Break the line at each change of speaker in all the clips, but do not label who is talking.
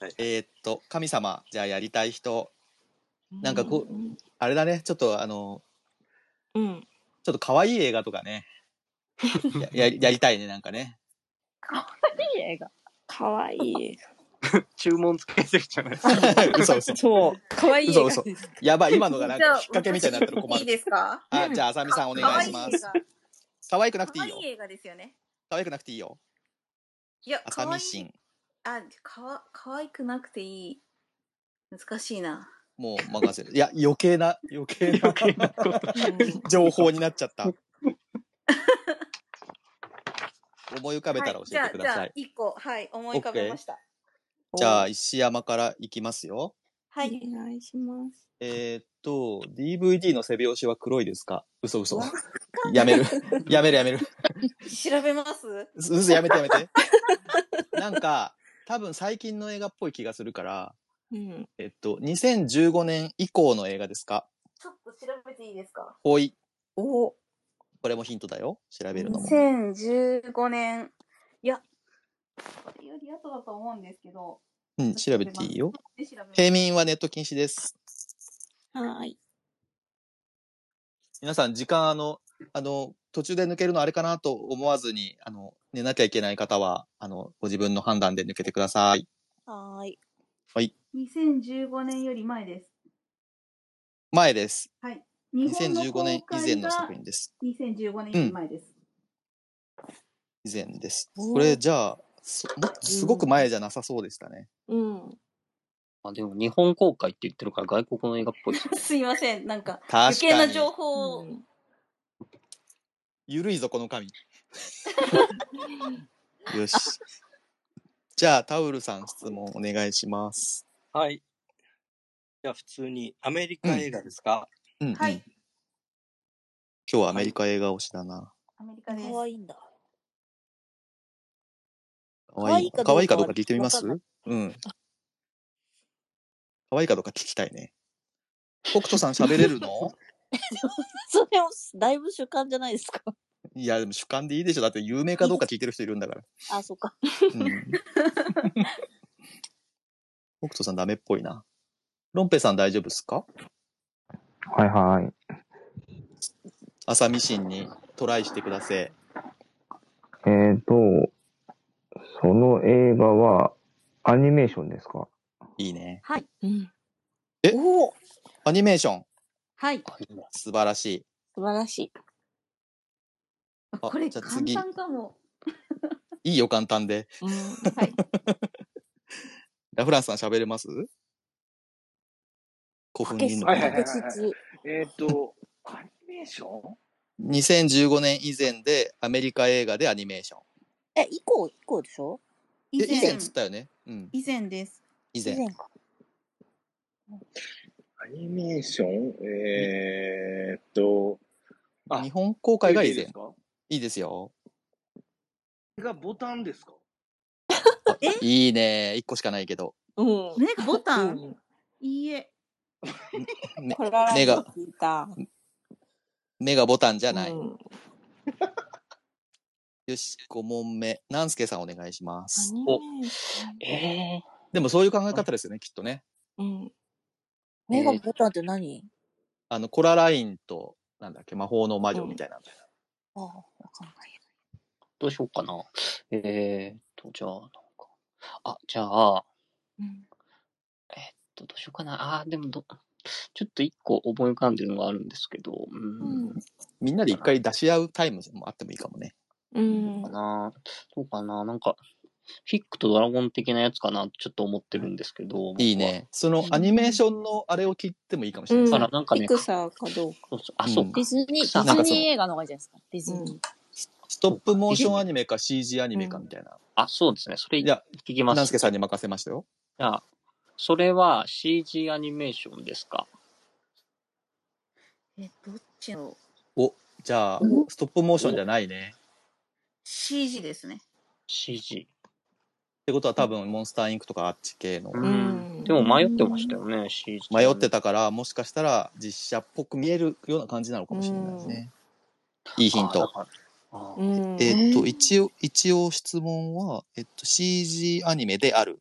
はい
えーっと神様じゃあやりたい人なんかこ
う。うん
あれだねちょっとあの
うん。
ちょっと可愛い映画とかねやややりたいねなんかね
いい映画。かわいい。
注文つけてるじゃないですか。
嘘嘘
そう。かわいい映画。
嘘やばい今のがなんか引っ掛けみたいになったら困
いい
る
ですか
あじゃああさみさんお
か
願
わ
い
い
し
い映
ま
画
す可愛くなくて
か
い
わ
い
い
よ
い映画ですよね
可愛くなくていいよ
いや
あ
か
さ
わ
み
い
し
い
ん
あかわ可愛くなくていい難しいな
もう任せるいや余計な余計な
余計なこと。
うん
情報になっちゃった思い浮かべたら教えてくださ
はいい、じゃあじゃあ一個はい思い浮かべました
じゃあ、石山からいきますよ。
は
お
い
願いします。
えーっと、DVD の背表紙は黒いですか嘘嘘。やめる。やめるやめる。
調べます
嘘嘘やめてやめて。なんか、多分最近の映画っぽい気がするから、
うん。
えっと、2015年以降の映画ですか
ちょっと調べていいですか
ほい。
お。
これもヒントだよ。調べるのも。
2015年いやこれより後だと思うんですけど
うん、調べていいよ。
で調べます
平民はネット禁止です。
はーい。
皆さん、時間、あの、あの、途中で抜けるのあれかなと思わずに、あの、寝なきゃいけない方は、あの、ご自分の判断で抜けてください。
はーい。
2015年より前です
前です。
はい
2015年以前の作品です。
品2015年より前です、
以前です。
おー
これ、じゃあ、そもすごく前じゃなさそうでしたね。
うん。
あでも日本公開って言ってるから外国の映画っぽい。
すいませんなんか余
確
計
か
な
に。
情報を、
ゆるいぞ、この紙。よし。じゃあ、タウルさん質問お願いします。
はい。じゃあ普通にアメリカ映画ですか、
うん、うん。
はい
今日はアメリカ映画推しだな。
アメリカです
可愛いんだ。
かわいい。か
可
わ
愛
い
い
か
か
ど
どう
うか
か
聞いてみます
わかんな
うん。かわいいかどうか聞きたいね。北斗さん喋れるの
それをだいぶ主観じゃないですか。
いや、でも主観でいいでしょ。だって有名かどうか聞いてる人いるんだから。
あ、そうか。
うん、 北斗さんダメっぽいな。ロンペさん大丈夫ですか
はいはい。
朝ミシンにトライしてください。
えーと、その映画はアニメーションですか
いいね。
はい
うん。
おお
アニメーション。
はい
素晴らしい。
素晴らしい。
あ
これ
じゃあ
簡
次
単かも
いいよ、簡単で。
うん。
はい
ラフランスさん喋れます古
こ
墳
け
にいる
し、
の
こ
か
はいはいはい
な
けしつ。
えっ、と、アニメーション
2015年以前でアメリカ映画でアニメーション。
え、以降、以降でしょ
え以前
以
っつったよね。うん。
以前です
以
以
前。
前か。
アニメーションえー、っと、
あ
日本公開が以前。
ですか
いいですよ。
がボタンですか
あいいね。一個しかないけど。
うん。
ねボタ
う
ン
ん
いいえ
ね
これが
目が
聞いた。
目がボタンじゃない。
うん
よし、5問目。南助さんお願いします。
アニメーション
え
でもそういう考え方ですよね、きっとね。
うん。目がボタンって何
あの、コララインと、なんだっけ、魔法の魔女みたいな。
あ、わかんない。
どうしようかな。えー、と、じゃあ、なんか。あ、じゃあ、
うん
どうしようかな。あー、でもど、ちょっと一個思い浮かんでるのがあるんですけど、うーん、
みんなで一回出し合うタイムもあってもいいかもね。
うん
か。な。どうかな。なんか、フィックとドラゴン的なやつかな、ちょっと思ってるんですけど。
いいね。そのアニメーションのあれを切ってもいいかもしれ
僕
な
は。
い。
あら、なんか
ピ
ね、
クサーかどうか。
そうそうあ、
うん
そうか
ディ。ズニ
草
ー、ディズニー映画の方がいいじゃないですか。ディズニー。
ストップモーションアニメか CG アニメかみたいな。
あ、そうですね。それ
じゃあ、
聞きます。
南助さんに任せましたよ。
じゃあ、それは CG アニメーションですか
えどっちの
じゃあ、ストップモーションじゃないね。
CG ですね
?CG。
ってことは多分、モンスターインクとかあっち系の。
ん
でも迷ってましたよね、CG。
迷って。たから、もしかしたら実写っぽく見えるような感じなのかもしれないね。いいヒン
あ
ト。。
だからあ
うん
えっと、一応、一応質問は、えっと、CG アニメである。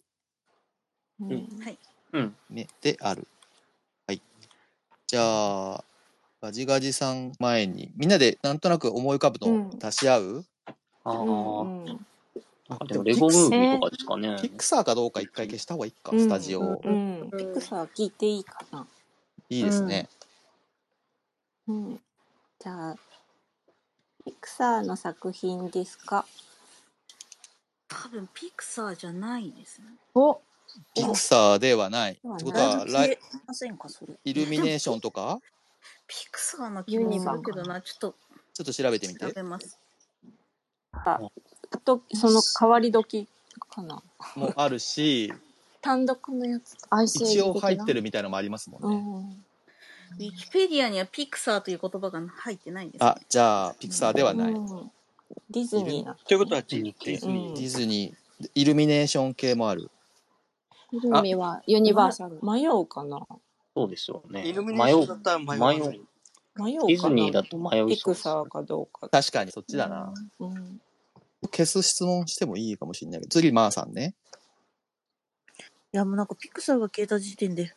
うん
うん
はい。
うん。
目である。はい。じゃあ、ガジガジさん前に、みんなでなんとなく思い浮かぶのを足し合う、
ああ、
うんうん
あでもレゴムービーとかですかね。
ピクサーかどうか一回消した方がいいか、
うん
スタジオ。
うん
ピクサー聞いていいかな。
いいですね。
うん。じゃあ、ピクサーの作品ですか
多分ピクサーじゃないですね。
お
ピクサーではない。って
うん
ことは、ラ
消
イ
えませんか、それ。
イルミネーションとか
ピクサーの気もするけどな、ちょっと
ちょっと調べてみ
調
て。
べます。
あと、その変わり時かな。
もあるし、
単独のやつ。
アイスエ
一
イジ的な
応入ってるみたいのもありますも
うん
ね。
ん。
ウィキペディアにはピクサーという言葉が入ってないんです、ね。
あ、じゃあ、ピクサーではない。
う
デ
んディズニーな。
ということは、デ
うん
ィズニー。
ィズニー、イルミネーション系もある。
イルミはユニバーサル。
迷うかな
そうですよね。
イルミネーションだったら迷わない
迷う
迷うかな
ディズニーだと迷
ピ
いそう
ク
です。
サーかどうか。
確かにそっちだな。
うん。
消す質問してもいいかもしれないけど、次、マーさんね。
いや、もうなんかピクサーが消えた時点で。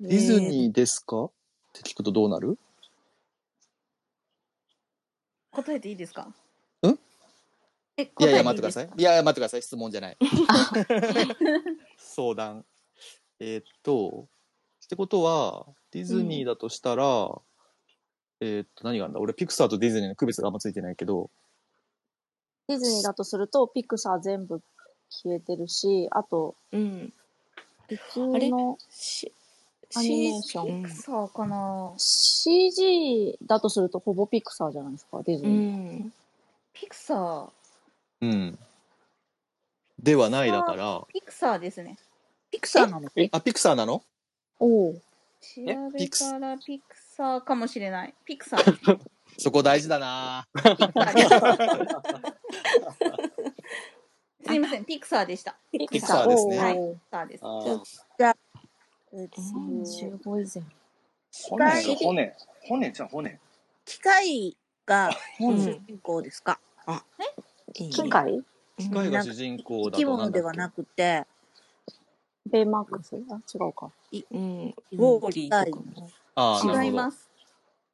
ディズニーですかって聞くとどうなる
答えていいですか
ん
え、
い
答
やい
えて
や、
いい
待ってく
で
だ
す
さ
か
い。いやいや、待ってください。質問じゃない。相談。えーっと、ってことは、ディズニーだとしたら、えーっと、何があるんだ俺、ピクサーとディズニーの区別があんまついてないけど、
ディズニーだとすると、ピクサー全部消えてるし、あと、
うん。
普通の
し
アニメーシ
ピ
ョン。
クサーかな
CG だとすると、ほぼピクサーじゃないですか、ディズ
う
ニー。
ん。
ピクサー。
うん。ではないだから、
ピクサーですね。
ピクサーなの
あ、ピクサーなの
おう
調
え
べ
ピクス
たらピクサーかもしれない。ピクサー。
そこ大事だな
ピクサーでした。すいません、ピクサーでした。
ピ
ピクサーですね
おう
はいピクサーです。
あー
えっと
35以前。
骨ですよ、骨。骨じゃん、骨。
機械が
うん
主人公ですか、
いい
機械
機械が主人公
生
だ
き
とな
物
んだ
で
っ
は
け
なくて、
ベイマックスあ、違うか。
うん。ウ
うん
ォーリーとかも。
あーな
違
る
い
ほど
ま。す。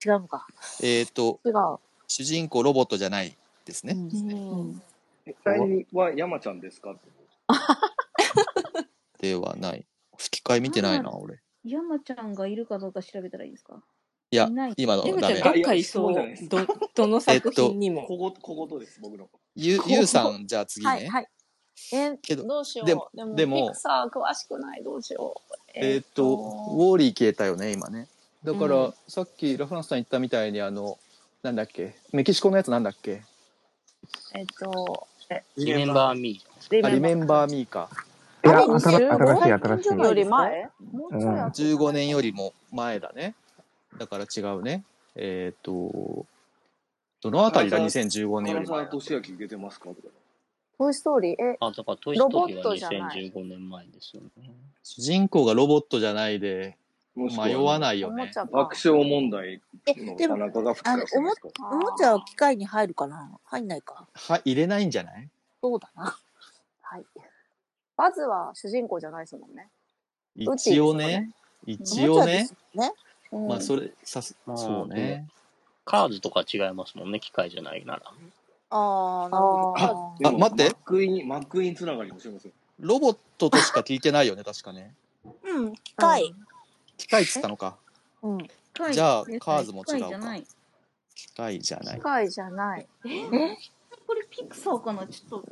違うのか。
えーっと、
違う。
主人公ロボットじゃないですね。
うん。
え第2は山ちゃんですか
ではない。吹き替え見てないな、俺。
山ちゃんがいるかどうか調べたらいいですか
いや
いない、
今の
山
ダ
ちゃん
メ
が。っかり
い
そ
やいや
う。ど、どの作品にも。
小言小言です、僕の。
ゆゆうさん、じゃあ次ね。
はい、はい。え、
けど
どうしよう。
で
で
も
も、
でも
ピクサー詳しくない、どうしよう。
えーっと、ウォーリー消えたよね、今ね。だから、
うん
さっきラフランスさん言ったみたいに、あの、なんだっけ、メキシコのやつなんだっけ、
えっと、
リメンバーミー。
あリメンバーミーか。
いや、
あれ
新しい、新しい、
15
新しい。
より前もうちょい後じゃない
15年よりも前だね。だから違うね。えーっと、どのあたりが2015年よ
金
り前
沢
だ
俊明出てますかとか。
トイ・ストーリー、え、
あ、だからトイ・ストーリー
ロボッ
は
トじゃない
2015年前ですよね。
主人公がロボットじゃないで、
もしくは
迷わない
お
よ
も
ね
ち。ゃか
爆。笑問題の田中が吹き返してますか
お
あー
もちゃは機械に入るかな入んないか。
は、入れないんじゃない
そうだな。はい。バズは主人公じゃないですもんね。打っていい
一応
ですか
ね
ね。
一応
おもちゃで
ね
す。もんね。
うん
まあ、それ、さす、
まあ
そうね。
カーズとか違いますもんね、機械じゃないなら。
ああ、なるほ
あ
ど。
でも
あ待って
マックイン、マックインつながりもしますよ。
ロボットとしか聞いてないよね、確かね。
うん、機
あ。
械。
機械っつったのか。
うん。
じゃあ
機械ですね
カーズも違うか
機械じゃない
機械じゃな
機
い。
械じゃない。
これピクサーかなちょっと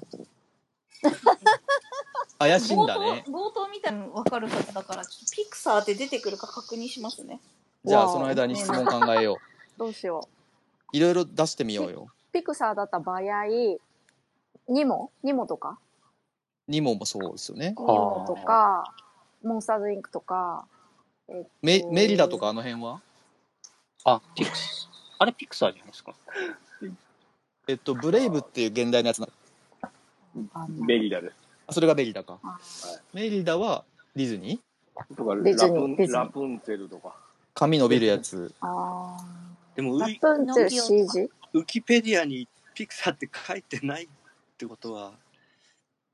怪しいん
冒
だ
頭、
ね。
冒頭みたいなの分かるはずだからちょっとピクサーって出てくるか確認しますね
じゃあ、その間に質問考えよ
どうしよ
う。いろいろ出してみようよ。
う。ピクサーだった場合、ニモニモとか
ニモもそうですよね。
ニモとか、モンスターズインクとか、えっと
メメリダとかあの辺は
あ、ピクス。あれピクサーじゃないですか。
えっと、ブレイブっていう現代のやつな。
あんな
ベリダです。
あそれがメリダか
あ。
メリダはディズニー
とか、
ディズ
ラ
ニー
プン
ディズニー
ラプンツェルとか。
髪伸びるやつ。
あ
でもウ
ー。ラ
ィ、
プンツェル CG?
ウィキペディアにピクサーって書いてないってことは、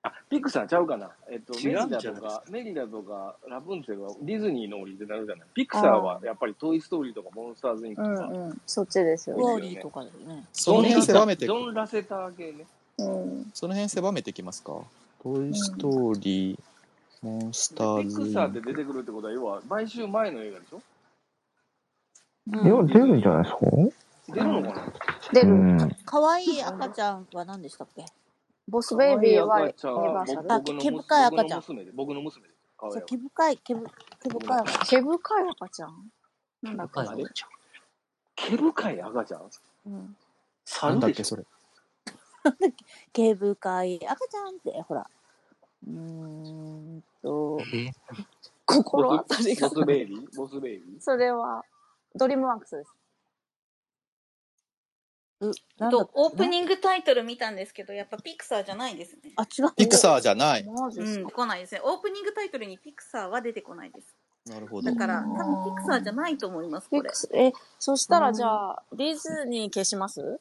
あ、ピクサーちゃうかな。えっと、メ
違
リ
うんじゃな
ダ
いです
と
か
か、メリダとか、ラプンツェルはディズニーのオリジナルじゃない。ピクサーはやっぱりトイ・ストーリーとかモンスターズ・インクとか。
うんうん。そっちですよ
う
ね。
ん
ワーリーとかだよね。
その辺狭めて
ジョン・ラセター系ね。
うん。
その辺狭めてきますかトイ・ストーリー、モンスタ
で
ー
ピ
ズ
クサーで出てくるってことは、要は、買収前の映画でしょ
いや、出るんじゃないですか
出るのかな
で、
うん。
可愛い赤ちゃんは何でしたっけ
ボスベイビーはユニ
可愛い
バー
赤ち
サ
ゃん
ル。
あ
僕の
毛
娘
深い赤ちゃん
僕の娘で、僕の娘で。可愛い
そう、
赤
毛深い、毛ぶ毛深い赤ちゃん。
毛深い赤ちゃんなんだっけ
若い赤ちゃん。
毛深い赤ちゃん
うん
なん
猿
だっ
でし
け
ょ
それ。
毛深い赤ちゃんって、ほら。うーんと、
心当たりが
ボ。スベイビーボスベイビー
それは、ドリームワークスです。
うなんだ
とオープニングタイトル見たんですけどやっぱピクサーじゃないですね
あ、違う。
ピクサーじゃない。
マジっ
う
す
ん
か。
来ないですねオープニングタイトルにピクサーは出てこないです
なるほど
だ。から
うん
多分ピクサーじゃないと思いますこ
ピ
れ
クス、え、そしたらじゃあ、ディズニー消します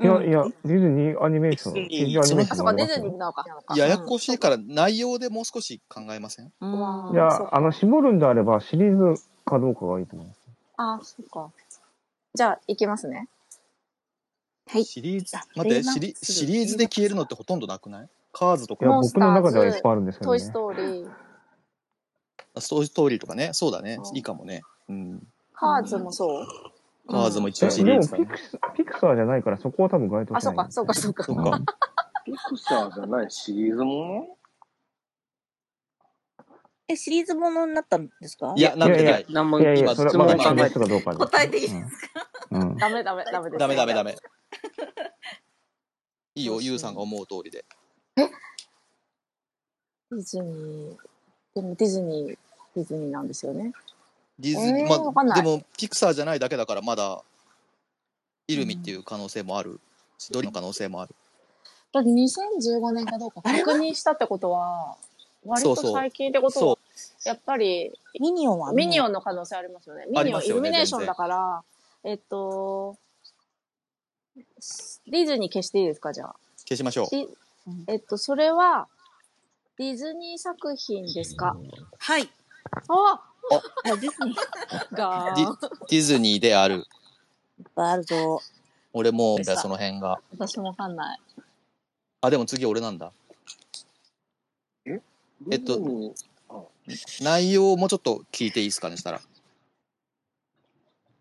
いや、いや、ディズニーアニメーション、
ディズニー
キッズアニメーショ
あ、
ン
そっ
もあ
か、
り
デ
ます
ィズニ
よ
ー。なのか。なのか
ややこしいから内容でもう少し考えません
う
うん
ん
い
そっ
や、
か
あの、絞るんであればシリーズかどうかがいいと思います。
あ、そっか。じゃあ、行きますね。
はい。
シリーズ
あ、
待って、
レイマン
シリ
する
シリーズで消えるのってほとんどなくないカーズと
いや、
か、
モンス
僕
ター
の
ズ
中ではいっぱいあるんですけど
トイ・
ね
ス。トーリー、
ストーリーとかね、そうだね、
うん
いいかもね。うん。
カーズもそう。
カーズも一応
え、
シ
で
リー
も
ズだ
ピ
ね。
クス、ピクサーじゃないからそこは多分該当
あ、
し
そ
な
っ
い、
か、そっか、そっか。
そっか。
ピクサーじゃないシリーズもの
え、シリーズものになったんですか
いや、なっ
や
て
い
な
や
い。
何も
いやい
今
や、それはまだ
今
決めしたかどうかです。
答えていいですか、
うん。うん。
ダメダメダメです。
ダメダメダメ
じ。
いいよ、ゆうさんが思う通りで。
ゃあ。ディズニー、でもディズニー、ディズニーなんですよね。
ディズニー、
えーわかん
まあ、
ない
でも、ピクサーじゃないだけだから、まだ、イルミっていう可能性もある。しドリの可能性もある。
だって2015年かどうか確認したってことは、割と最近ってことは
そ、
やっぱり
ミニオンは
ミニオ
ン。
ンの可能性ありますよね。
あり
ミニオ
ま
ン、
す
イ
よね
ルミネーションだから、えっと、ディズニー消していいですか、じゃあ。
消しましょう。
しえっと、それは、ディズニー作品ですか
はい
あ
あ、ディズニーいっ
が
ディディズニーである。
ぱいあるぞ。
俺もう、
でした
その辺が。
私もわかんない。
あ、でも次俺なんだ。えっと
ディズニー
内容をもうちょっと聞いていいですかね、したら。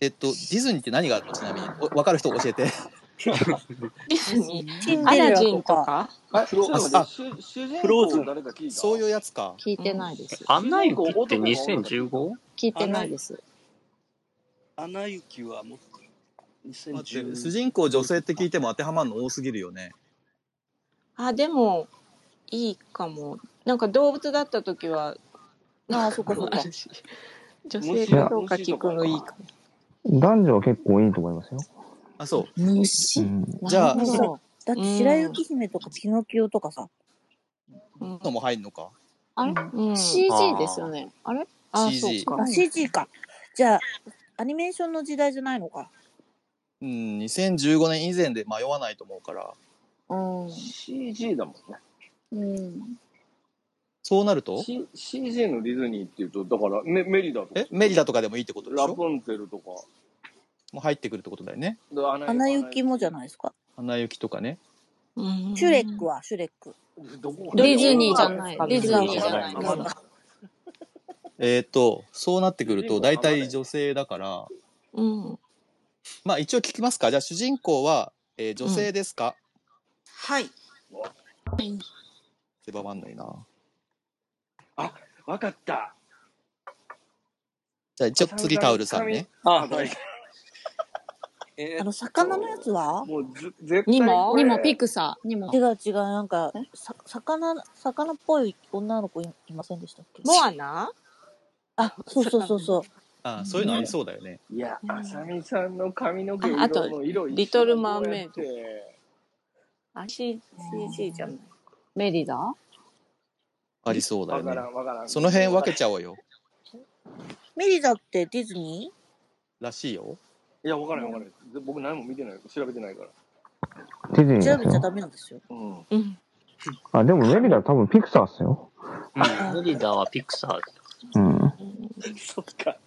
えっと、ディズニーって何があるのちなみに、おわかる人教えて。
ディズニ
シン
ー、ア
デレ
ラ
ラ
ジン
と
と
か。
か
あ、ちょっと
あ
待って、主主人公誰か聞い た。
そういううやつか。
聞いてないです。
アンナ雪って 2015?
聞いてないです。
アナ雪はもう
待って、
2010
主人公女性って聞いても当てはまるの多すぎるよね。
あ、でも、いいかも。なんか動物だった時 は、
ああ、そっかそっか。
女性
虫
かどうか聞
虫と
く
か
のいいかも。
男女は結構いいと思いますよ。
あ、そう。
う
虫
ん。
じゃあ
なるほ
さ
ど。
だって白雪姫とかピノキオとかさ。
うん
のも入るのか。
あれ
うん。
?CG ですよね。あれあ、そう
CG
か
あ、。CG か。じゃあ、アニメーションの時代じゃないのか。
うん、2015年以前で迷わないと思うから。
うん。
CG だもんね。
うん。
そうなると
C、CG のディズニーっていうと、だからメメリダとか
え、メリダとかでもいいってことでし
ラ
ょ
プンツェルとか、
もう入ってくるってことだよね。
でアナ
アナ雪もじゃ
な
ないですか。
アナ雪とかね。
うん
シュレックはシュレック。
い。どこが
ディズニーじゃない
あ。
ディズニーじゃない。
違うか違うか
えっ、ー、と、そうなってくる
主人
と、
公
大体女性だから、
うん。
まあ一応聞きますか。じゃあ主人公は、えー女性ですか、
はい
狭まんないな。
わかった。
じゃあ一応次タオルさんね。
あはいえ
あ
ー
の、魚のやつは
もうず絶対
にも
これ
にもピクサー。にも
違。う違う、なんか、さ魚、魚っぽい女の子いいませんでしたっけ
モアナ
あ、そうそうそうそう。
あそういうのありそうだよね。
いや、あさみさんの髪の毛色
ああと
の色一緒だ
リトルマーメイド
こうやって
あ、C、CG じゃない。
メリダ
ありそうだ
わ
よ
か
ね。
らん、わからん。
その辺分けちゃおうよ。
メリダってディズニ
らしいよ。
いや、わからん、わからん。僕何も見てない。調べてないから。
ディズ
ー
ニー
調
で
べ
す
ちゃ
よ。
ダメなんですよ。
うん。
うん。
あ、でもメリダ多分ピクサーっすよ。
うん、メリダはピクサーだ。
うん。
そっか。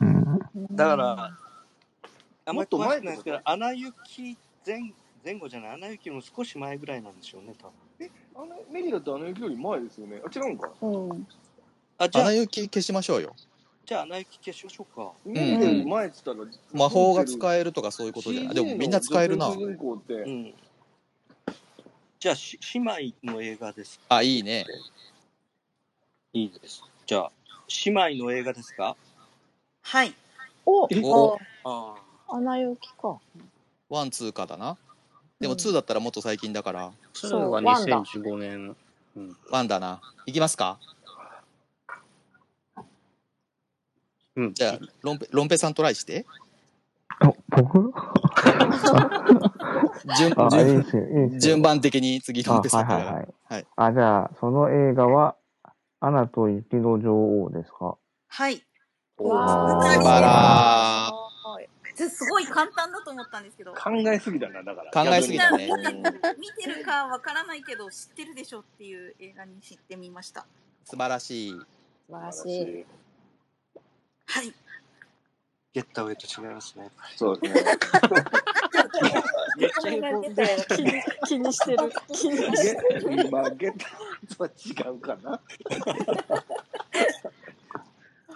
うん。
だから、あんまり詳
もっと前
しくないですけど、アナ雪前前後じゃない、アナ雪の少し前ぐらいなんでしょうね、多分。
あのメリダってあの雪より前ですよね。あ、違うんか。
うん。
あ、じゃあ
穴、雪消しましょうよ。
じゃあアナ雪消しましょうか。
メリダより前っつったら、
魔法が使えるとかそういうことじゃない。でもみんな使えるな
CG。の女性主人公って、
うん。じゃあ、し姉妹の映画です。
あ、いいね。
いいです。じゃあ、姉妹の映画ですか
はい。
お
お
あ
ああ。
穴行きか。
ワン、ツーかだな。で
う
も
ん
ツーだったらもっと最近だから、
2は
ワンダ
2015年。うん。
ワンだな。いきますか
うん、
じゃあ、ロンペ、ロンペさんトライして。
あ、僕
順、
あ、いい
順
っ、すよ、いいっすよ。
順番的に次
あ、
ロンペ
は
さ
い
んか
はい
ら。
はい。
はい。
あ、じゃあ、その映画は、アナと雪の女王ですか
はい。
お
わ
ー
ー
素晴ら
すすごい簡単だと思ったんですけど。
考えすぎだな、だから。
考えす
み
ぎ
ん
だ
な
ね
見
逆
て
に
見てるかわからないけど知ってるでしょっていう映画に知ってみました。
素晴らしい。
素晴らし
素晴ら
い。
しい
はい。
ゲッタウェイと違いますね。
そうですね。
めっちゃ
お願い出
横
たよ。気に、気にしてる。気にしてる。
ゲまあ、ゲタとは違うか な。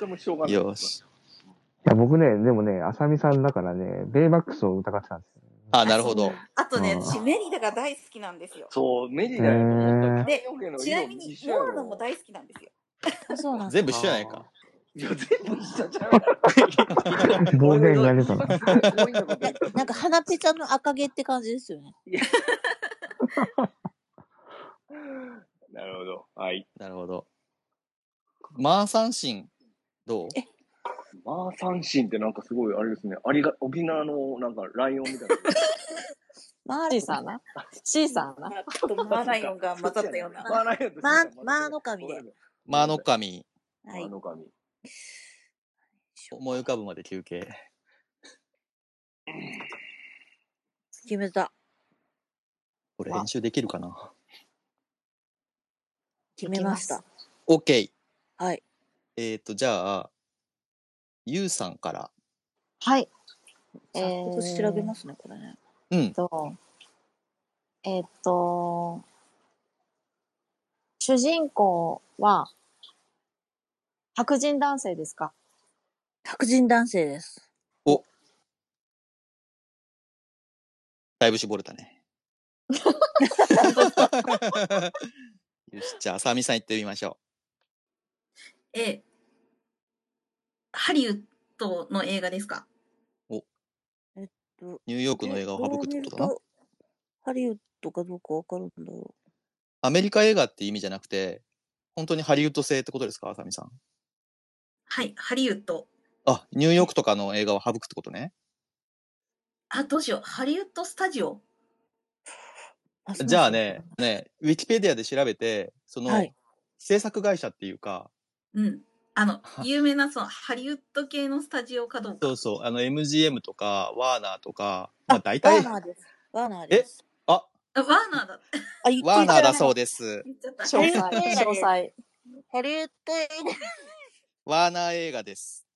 でもしょうがない。
よ。し。
いや、僕ね、でもね、浅見さんだからね、ベイマックスを疑ってたんですよ。
あ、なるほど。
あとね、
うん
私メリダが大好きなんですよ。
そう、メリダやと思った ら
へー
で
髪の毛の
ちな
色
みに
一緒
ノ
や
ーラ
ろ
も。大好きなんですよ。
あ そうなんだ。
全部一緒じゃないか。
いや、全部一緒ちゃうやろ。
暴言が出た
今
な。
すごい強引なこと言った
なんか鼻ペチャの赤毛って感じですよね。
なるほど。はい。
なるほど。マーサンシン、どう
マー三神ってなんかすごい、あれですね。ありが、沖縄のなんかライオンみたいな。
マーリーさんな。シーさんな。
マーとマーライオンが混ざったような。
マーライオンとシータ
ママーの神で。
マーノッカミ、
は
マー
い。
の神。
思い浮かぶまで休憩。
決めた。
これ編集できるかな
決めました。
?OK。
はい。
えっ、ー、と、じゃあ、ゆうさんから。
はい。
え
早
ー
速調べますね、これね。
うん。
と、えーっと、主人公は白人男性ですか
白人男性です。
だいぶ絞れた ね。よし、じゃあ、浅見さん行ってみましょ
え、ハリウッドの映画ですか
ど
う。ニューヨークの映画を省くってことだな。
どう見るとハリウッドかどうかわかるんだろ
アメリカ映画って意味じゃなくて、本当にハリウッド製ってことですか、浅見さん。
はい、ハリウッド。
あ、ニューヨークとかの映画を省くってことね。
あ、どうしよう。ハリウッドスタジオ。
う。
じゃあね、ね、ウィキペディアで調べて、その、
はい
制作会社っていうか、
うん。あの、有名なそのハリウッド系のスタジオかどうか。
そうそう、あの、MGM とか、ワーナーとか、まあ
あ
大
ワ
体、
ーナーです。ワーナーです。
あ、
あワーナーだ。
あ、言っ
ワー
て
ナーだ
た。
そうです。
言っちゃった。
詳
ハリウッド
細、
映画
詳
です。
細。
ハリウッド映画。
ワーナー映画です。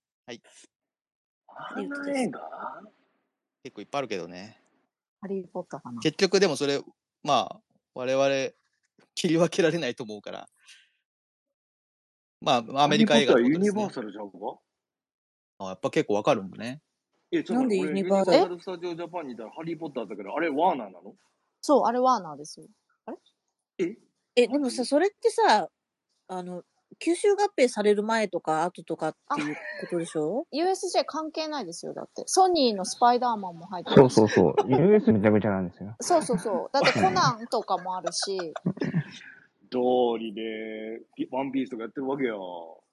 あ
ハリウッド
の
です
映。画
結構いっぱいあるけどね。
ハリーポッターかな。
結局でもそれ、まあ、我々、切り分けられないと思うから。まあ、ア
ア
メリカ映画ってこ
ユ
とで
ニ
す
バー
ね。
サルちゃうか
あやっぱ結構わかるんだね。
え、ちょっ
な
と
ん
待
でユ
って、俺、
ニ
ユニ
バ
バ
ーサル
ーサル・スタジオ・ジャパンにいたらハリー・ポッターだけど、あれ、ワーナーなの
そう、あれワーナーですよ。
え
え、でもさ、それってさ、あの、吸収合併される前とか後とかっていうことでしょ
USJ 関係ないですよ、だって。ソニーのスパイダーマンも入って
そ
る
う
し
そ。う そう。US めちゃくちゃなんですよ。
そうそうそう。だってコナンとかもあるし、
道理で、ワンピースとかやってるわけよ。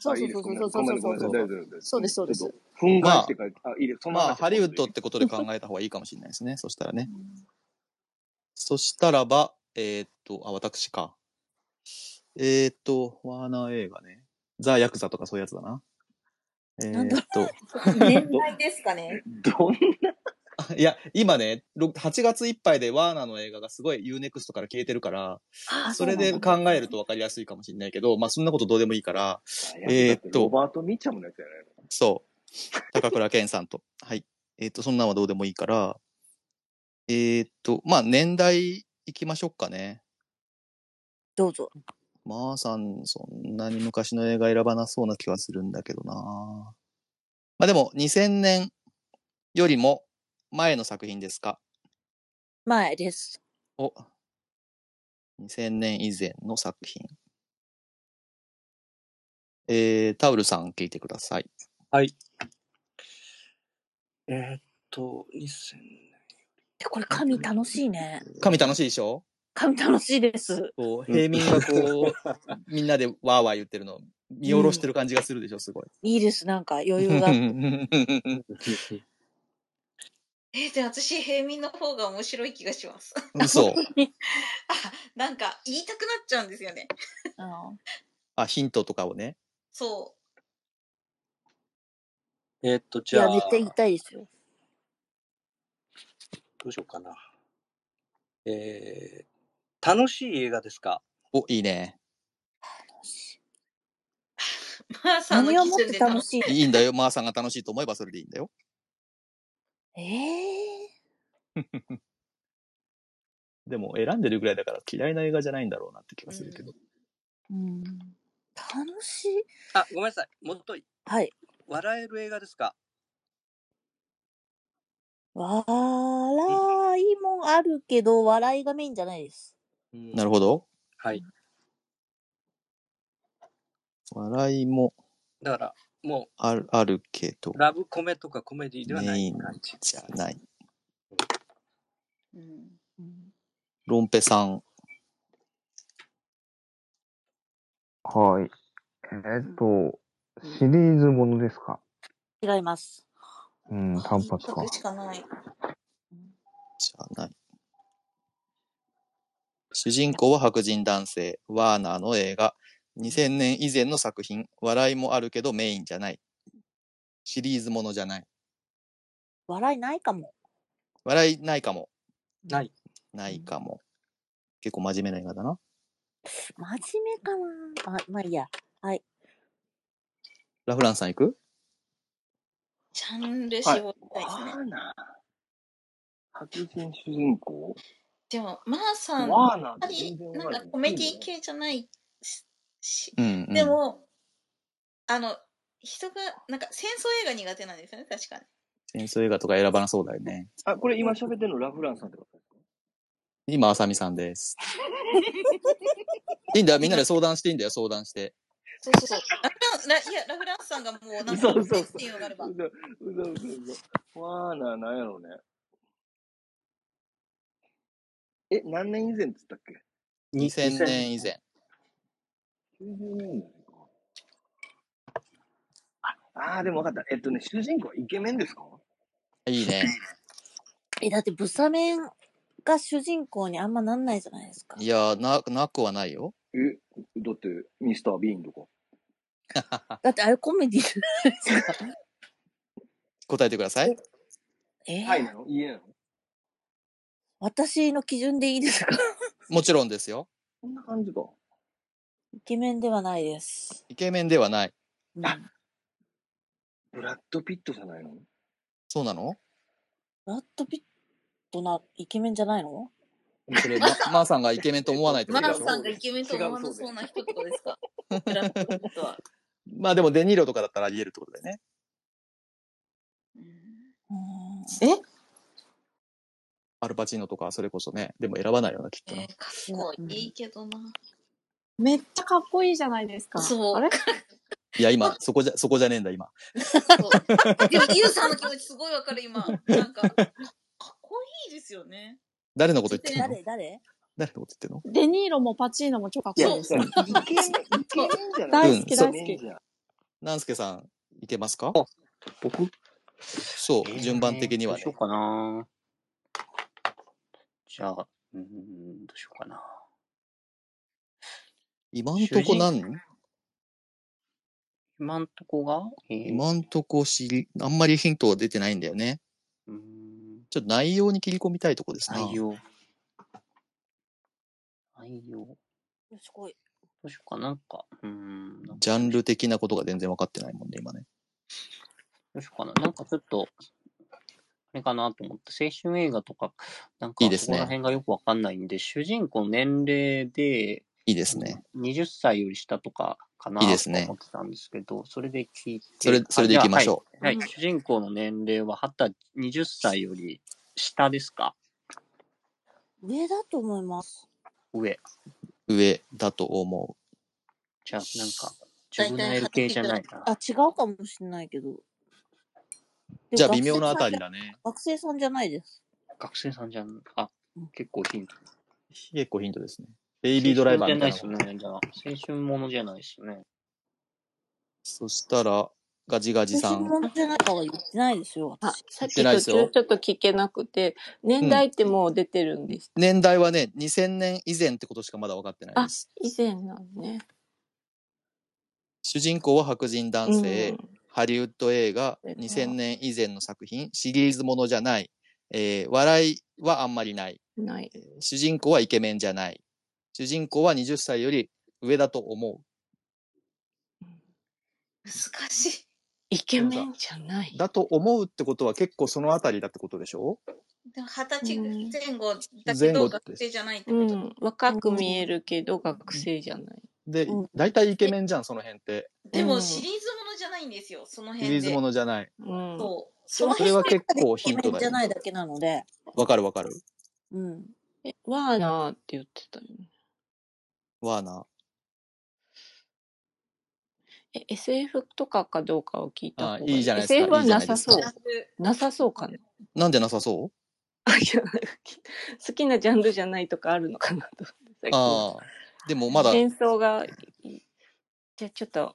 そう
あ、い
そ
いうで
そ
す、
う
ごめん
そう
なさい。
そうそ
ごめん
うそ
なさい、ごめ
う。
んなさい、大丈夫です。
そうです、そうで
ちょっ
す。
と、憤
ま
慨
あ
して書いて、あ、いいです、その
まあ、
話
ハ
は
リウ
今
ッ
度
ドっ
で。
てことで考えた方がいいかもしれないですね。そしたらね。そしたらば、えーっと、あ、私か。えーっと、ワーナー映画ね。ザ・ヤクザとかそういうやつだな。え
なん
ー
だ
っと、
年代ですかね。
どん
いや、今ね、ろ8月いっぱいでワーナーの映画がすごい UNEXT から消えてるから、それで考えると分かりやすいかもしれないけど、まあそんなことどうでもいいから、えーっと
ロバート・ミッチャムのやつやね。
そう。高倉健さんと。はい。えっ、と、そんなんはどうでもいいから、えっ、と、まあ、年代いきましょうかね。
どうぞ。
まあさん、そんなに昔の映画選ばなそうな気はするんだけどな。まあでも、2000年よりも前の作品ですか。
前です。
お。2000年以前の作品。えー、タオルさん聞いてください。
はい。えーっと、2000
で、これ神楽しいね。
神楽しいでしょ
神楽しいです。
こう平民がこ う、みんなでわーわー言ってるのを見下ろしてる感じがするでしょ、すごい。
いいです。なんか余裕があって。
えー、で私平民の方が面白い気がします。
嘘。
なんか言いたくなっちゃうんですよね。
あ、ヒントとかをね。
そ
えーっと、
い
じゃ
や、
あ、
めっちゃ言いたいですよ。
どうしようかな。えー、楽しい映画ですか
お、いいね。
う。まあさんの
何を
基
もっ
準
て
で
楽
い。
しい。
いいんだよ。まーさんが楽しいと思えばそれでいいんだよ。
ええ
でも、選んでるぐらいだから嫌いな映画じゃないんだろうなって気がするけど。
うん。楽しい。
あ、ごめんなさい。もっとい
はい。
笑える映画ですか
笑いもあるけど、笑いがメインじゃないです。
なる
ど。
ほど。
はい。
笑いも
だから、も
あるあるけど
う、、ラブコメとかコメディではな
メイ
い
ン
感じ。
じゃない。
うん
ロンペさん。
はい。えーっと、シリーズものですか
違います。
うん、
あ
単
一
発か
択。しかない。
じゃない。主人公は白人男性、ワーナーの映画。2000年以前の作品、笑いもあるけどメインじゃない。シリーズものじゃない。
笑いないかも。
笑いないかも。
ない。
ないかも。結構真面目な映画だな。
真面目かなあ、まあいいや。はい。
ラフランさん行く
ジャンル絞りたいですね。
ワーナー。白人主人公
でもまー、さん
ワーナ
やっ
ー
ぱ
で全
り
然
なん
わ
か
か
ら
へん
コメディ系じゃないしし
うん、うん。
でも、あの人がなんか戦争映画苦手なんですよね確かに。
戦争映画とか選ばなそうだよね。
あ、これ今喋ってるのラフランさんってことですか
今、あさみさんです。いいんだよ。みんなで相談していいんだよ。相談して。
そうそうそう。ラフランラいやラフランスさんがもうなんか
嘘嘘嘘
っていうのがあれば
う。ざ、うざ、うざ、うざ。ワーナーなんやろうね。え、何年以前って言ったっけ
に
2000年以前。
?90 年代か。ああー、でも分かった。えっとね、主人公はイケメンですか
いいね。
え、だってブサメンが主人公にあんまなんないじゃないですか
い。やー、な、なくはないよ。
え、だって、ミスター・ビーンとか。
だってあれコメディじゃないですか。
答えてください。
えー
はいなの家なの
私の基準でいいですか
もちろんですよ。
こんな感じか。
イケメンではないです。
イケメンではない。
うん
あブラッド・ピットじゃないの
そうなの
ブラッド・ピットな、イケメンじゃないの
そ れ、ま、まーさんがイケメンと思わないって
マ
こと
違
で
ー
う
しょ
さんがイケメンと思わなそうな人ってことですかブラッド・ピットは。
まあでもデニーロとかだったらあり得るってことだよね。
うーん
え
アルパチーノとかそれこそね。でも選ばないよな、きっとな。
えー、かっこいいけどな。
めっちゃかっこいいじゃないですか。
そう
あれ
いや、今、そこじゃ、そこじゃねえんだ、今。
そう。でも、ゆうさんの気持ちすごいわかる、今。なんか、かかっこいいですよね。
誰のこと言ってんの
誰誰
誰のこと言ってんの
デニーロもパチーノも超かっこいい です。
イケメン、イケメンじゃない
大好き
イケ
大
メ
好き。
ンじゃん。
なんすけさん、いけますか
僕
そう、順番的には
どうしよ
ね
う。かな。じゃあ、うーん、どうしようかな。
今んとこ何
今んとこが、えー、
今んとこ知り、あんまりヒントは出てないんだよね。
うーん
ちょっと内容に切り込みたいとこですね。内
容。内容。ど
よしこい。
うしようかなんか、うーん、ど
ジャンル的なことが全然分かってないもんね、今ね。
うしようかな。なんかちょっと、あれかなと思って、青春映画とか、なん
いい
か
です
そこ
ね
ら辺がよくわかんないんで、主人公の年齢で、
いいですね。
20歳より下とかかないと
いですね
思ってたんですけど、それで聞いて。
それそれで
あ
行きましょう
じゃあはい。
うん
はい主人公の年齢は20 20歳より下ですか
上だと思います。
上。
上だと思
じゃあ、なんか、自分の L 系じゃないな。
あ、違うかもしれないけど。
う。じゃあ、微妙なあたりだね。
学生さんじゃないです。
学生さんじゃん。あ、結構ヒント。
結構ヒントですね。ベイビードライバーみたいな
青春じゃないですね。じゃあ、青春ものじゃないですね。
そしたら、ガジガジさん。
本じゃないかは言ってないですよ。
あ、さっ
言って
き
ない
途
ですよ
中ちょっと聞けなくて、年代ってもう出てるんです。
年代はね、2000年以前ってことしかまだ分かってない。
あ、以前なのね。
主人公は白人男性、
うん
ハリウッド映画、2000年以前の作品、シリーズものじゃない、えー笑いはあんまりない、
ない。
主人公はイケメンじゃない、主人公は20歳より上だと思
難し
い。イケメンじゃないう。
だと思うってことは結構そのあたりだってことでしょ
でも二十歳前後だけ
前
ど
後です
学生じゃないって
う
こと。
ん、若く見えるけど学生じゃない。
で
うん、
大体イケメンじゃん、その辺って。
で
うん
もシリーズものじゃないんですよ、その
シ
辺
リ
で。
ーズものじゃない。
うん
そう。その
そ
辺
れは結構ヒントだ
じゃ
よ。
ないだけなので。
わかるわかる。
うん。
え、ワーナーって言ってたよね。
ワーナ
え、SF とかかどうかを聞いた方が
あいいじゃないですか
SF はい
いじ
な
ゃないで
さ
す
そ
か
う。なさそうかな。
ー。なんでなさそう
好きなジャンルじゃないとかあるのかなと思って。
ああ。でもまだ、
戦争が、じゃあちょっと、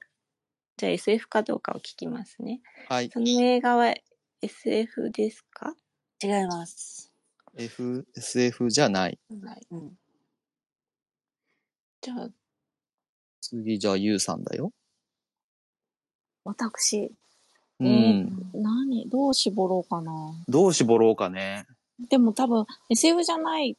じゃあ SF かどうかを聞きますね。
はい。
その映画は SF ですか
違います。
F、SF じゃない。
ない。
うん。
じゃあ、
次、じゃあ、ゆうさんだよ。
私、
う
え
ん。
ー何どう絞ろうかな。
どう絞ろうかね。
でも多分 SF じゃない。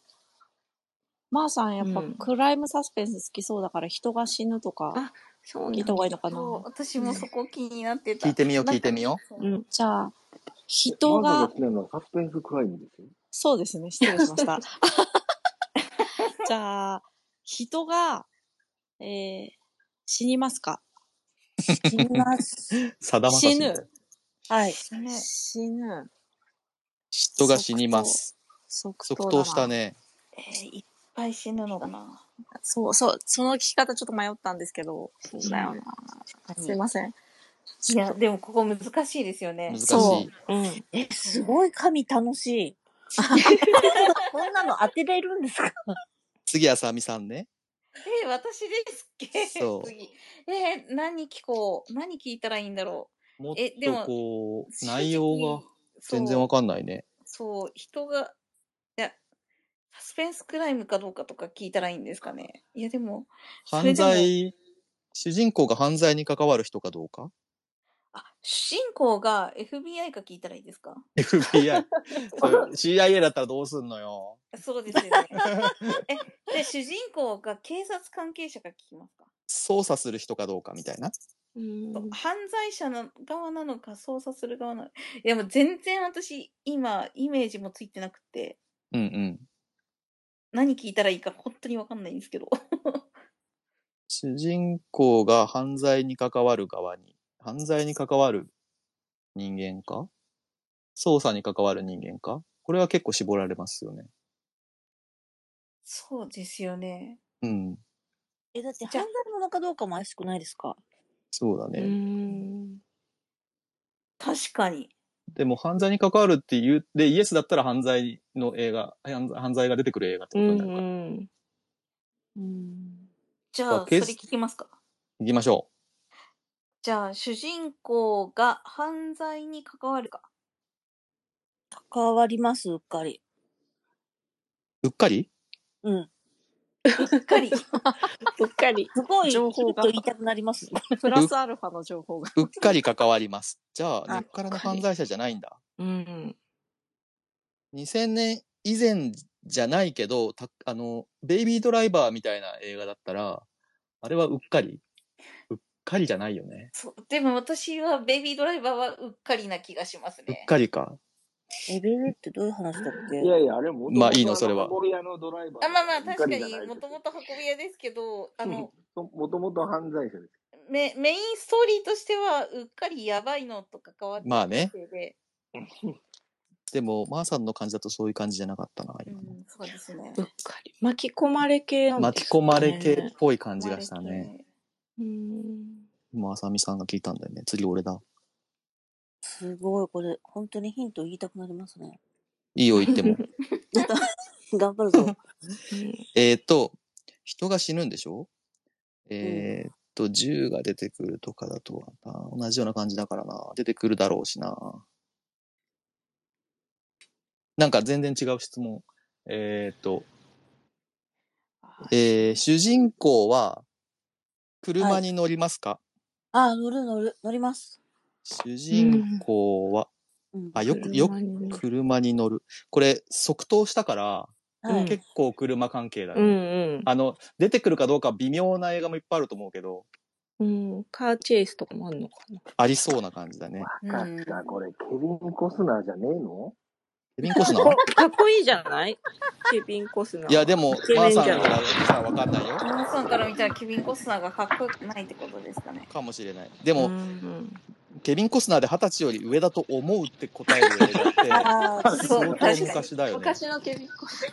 まー、さんやっぱ
うん
クライムサスペンス好きそうだから人が死ぬとか
あ、そう
聞い
な
た
んだ。
方がいいのかな。
そう、私もそこ気になってた。
聞いてみよう、聞いて
み
みよう。
うん。
じゃあ、人
マ
が
ーさん好、きなのはサスペンスクライムですよ。
そうですね、失礼しました。じゃあ、人が、えー、死にますか
死にます。
さだまさしみたい
死
な。
はい。
死ぬ。死ぬ。
人が死にます。
即
即
答だ
答
な
したね。
えーいっぱい死ぬのかな。
そうそう、その聞き方ちょっと迷ったんですけど、そうだよな。すいません。
いや、でもここ難しいですよね
難。し
そ
い。
う。うん。
え、すごい神楽しい。 こんなの当てれるんですか
次、あさみさんね。
えー私ですっけ
そう
次。えー何聞こう何聞いたらいいんだろ
もっ
えで
と
も
こう、
う
内容が
正直
全然わかんないね。
そう、そう、人が、いや、サスペンスクライムかどうかとか聞いたらいいんですかね。いや、でも、それ
犯
でも、
罪、主人公が犯罪に関わる人かどうか
あ、主人公が FBI か聞いたらいいですか
?FBI。それ CIA だったらどうすんのよ。
そうですよね。え、で、主人公が警察関係者か聞きますか
捜査する人かどうかみたいな。
うん
犯罪者の側なのか、捜査する側なのか。いや、もう全然私、今、イメージもついてなくて、
うんうん。
何聞いたらいいか本当にわかんないんですけど。
主人公が犯罪に関わる側に、犯罪に関わる人間か捜査に関わる人間かこれは結構絞られますよね。
そうですよね。
うん。
え、だって
じゃ
犯罪者かどうかも怪しくないですか
そうだね。
うん。
確かに。
でも犯罪に関わるって言う、で、イエスだったら犯罪の映画、犯罪犯罪が出てくる映画って
う
こ
ん
とになるから。
うん。
じ
まあ
ゃあ、そ
ケ
れ
ース
聞きますか。
行きましょ
じゃあ、主人公が犯罪に関わるか。
関わります、うっかり。
う。うっかり
うん。
うっかり。
うっかり。
すごい、
情報が
ヒント言いたくなります。
プラスアルファの情報が。
うっかり関わります。じゃあ、根
あ
っからの犯罪者じゃないんだ。
うん。
2000年以前じゃないけど、たあの、ベイビードライバーみたいな映画だったら、あれはうっかりうっかりじゃないよね。
そうでも私はベイビードライバーはうっかりな気がします
う
ね
っ。かりか。
エビビってどういう話だっけ
いやいや、あれも
まあいいのそれは
運び屋のドライバー。
あまあまあ確か
うっりじ
に
ゃない
もともと運び屋ですけどあの
もともと犯罪者です。
メメインストーリーとしてはうっかりやばいのと関わって
まあね
きてで、
でも、マーさんの感じだとそういう感じじゃなかったな、今
うん、そうですね。
うっかり。巻き込まれ系なんで
巻
す
き
か
込
ね
まれ系っぽい感じがした
生まれ
ね。
て
うん。
今、あさみさんが聞いたんだよね。次俺だ。
すごい、これ、本当にヒント言いたくなりますね。
いいよ、言っても。
ちょっと、 頑張るぞ。
えっと、人が死ぬんでしょえっと、銃が出てくるとかだとな、同じような感じだからな。出てくるだろうしな。なんか全然違う質問。えっと、えー主人公は車に乗りますか、
あ、乗る乗る、乗ります。
主人公は、
うん。
あ、よく、よ
車に乗る
く車に乗る。これ、即答したから、
はい。
結構車関係だ
う
ね、
ん
あの、出てくるかどうか微妙な映画もいっぱいあると思うけど、
うん。うん。カーチェイスとかもあんのかな。
ありそうな感じだね。
わかった、これ、ケビン・コスナーじゃねえの
ケビン・コスナ
か
ー
っ こかっこいいじゃないケビン・コスナーは。
いや、でも
イケ、
マ
メ
ー
ン
さん
じ
か
ゃ
ら
ない。
さんわかんないよ。
マーさんから見たらケビン・コスナーがかっこよくないってことですかね。
かもしれない。でも、
うん
ケビン・コスナーで二十歳より上だと思うって答える映画って、
ああ、
そ
相
う
当
確かに
昔だよね。
昔のケビンコス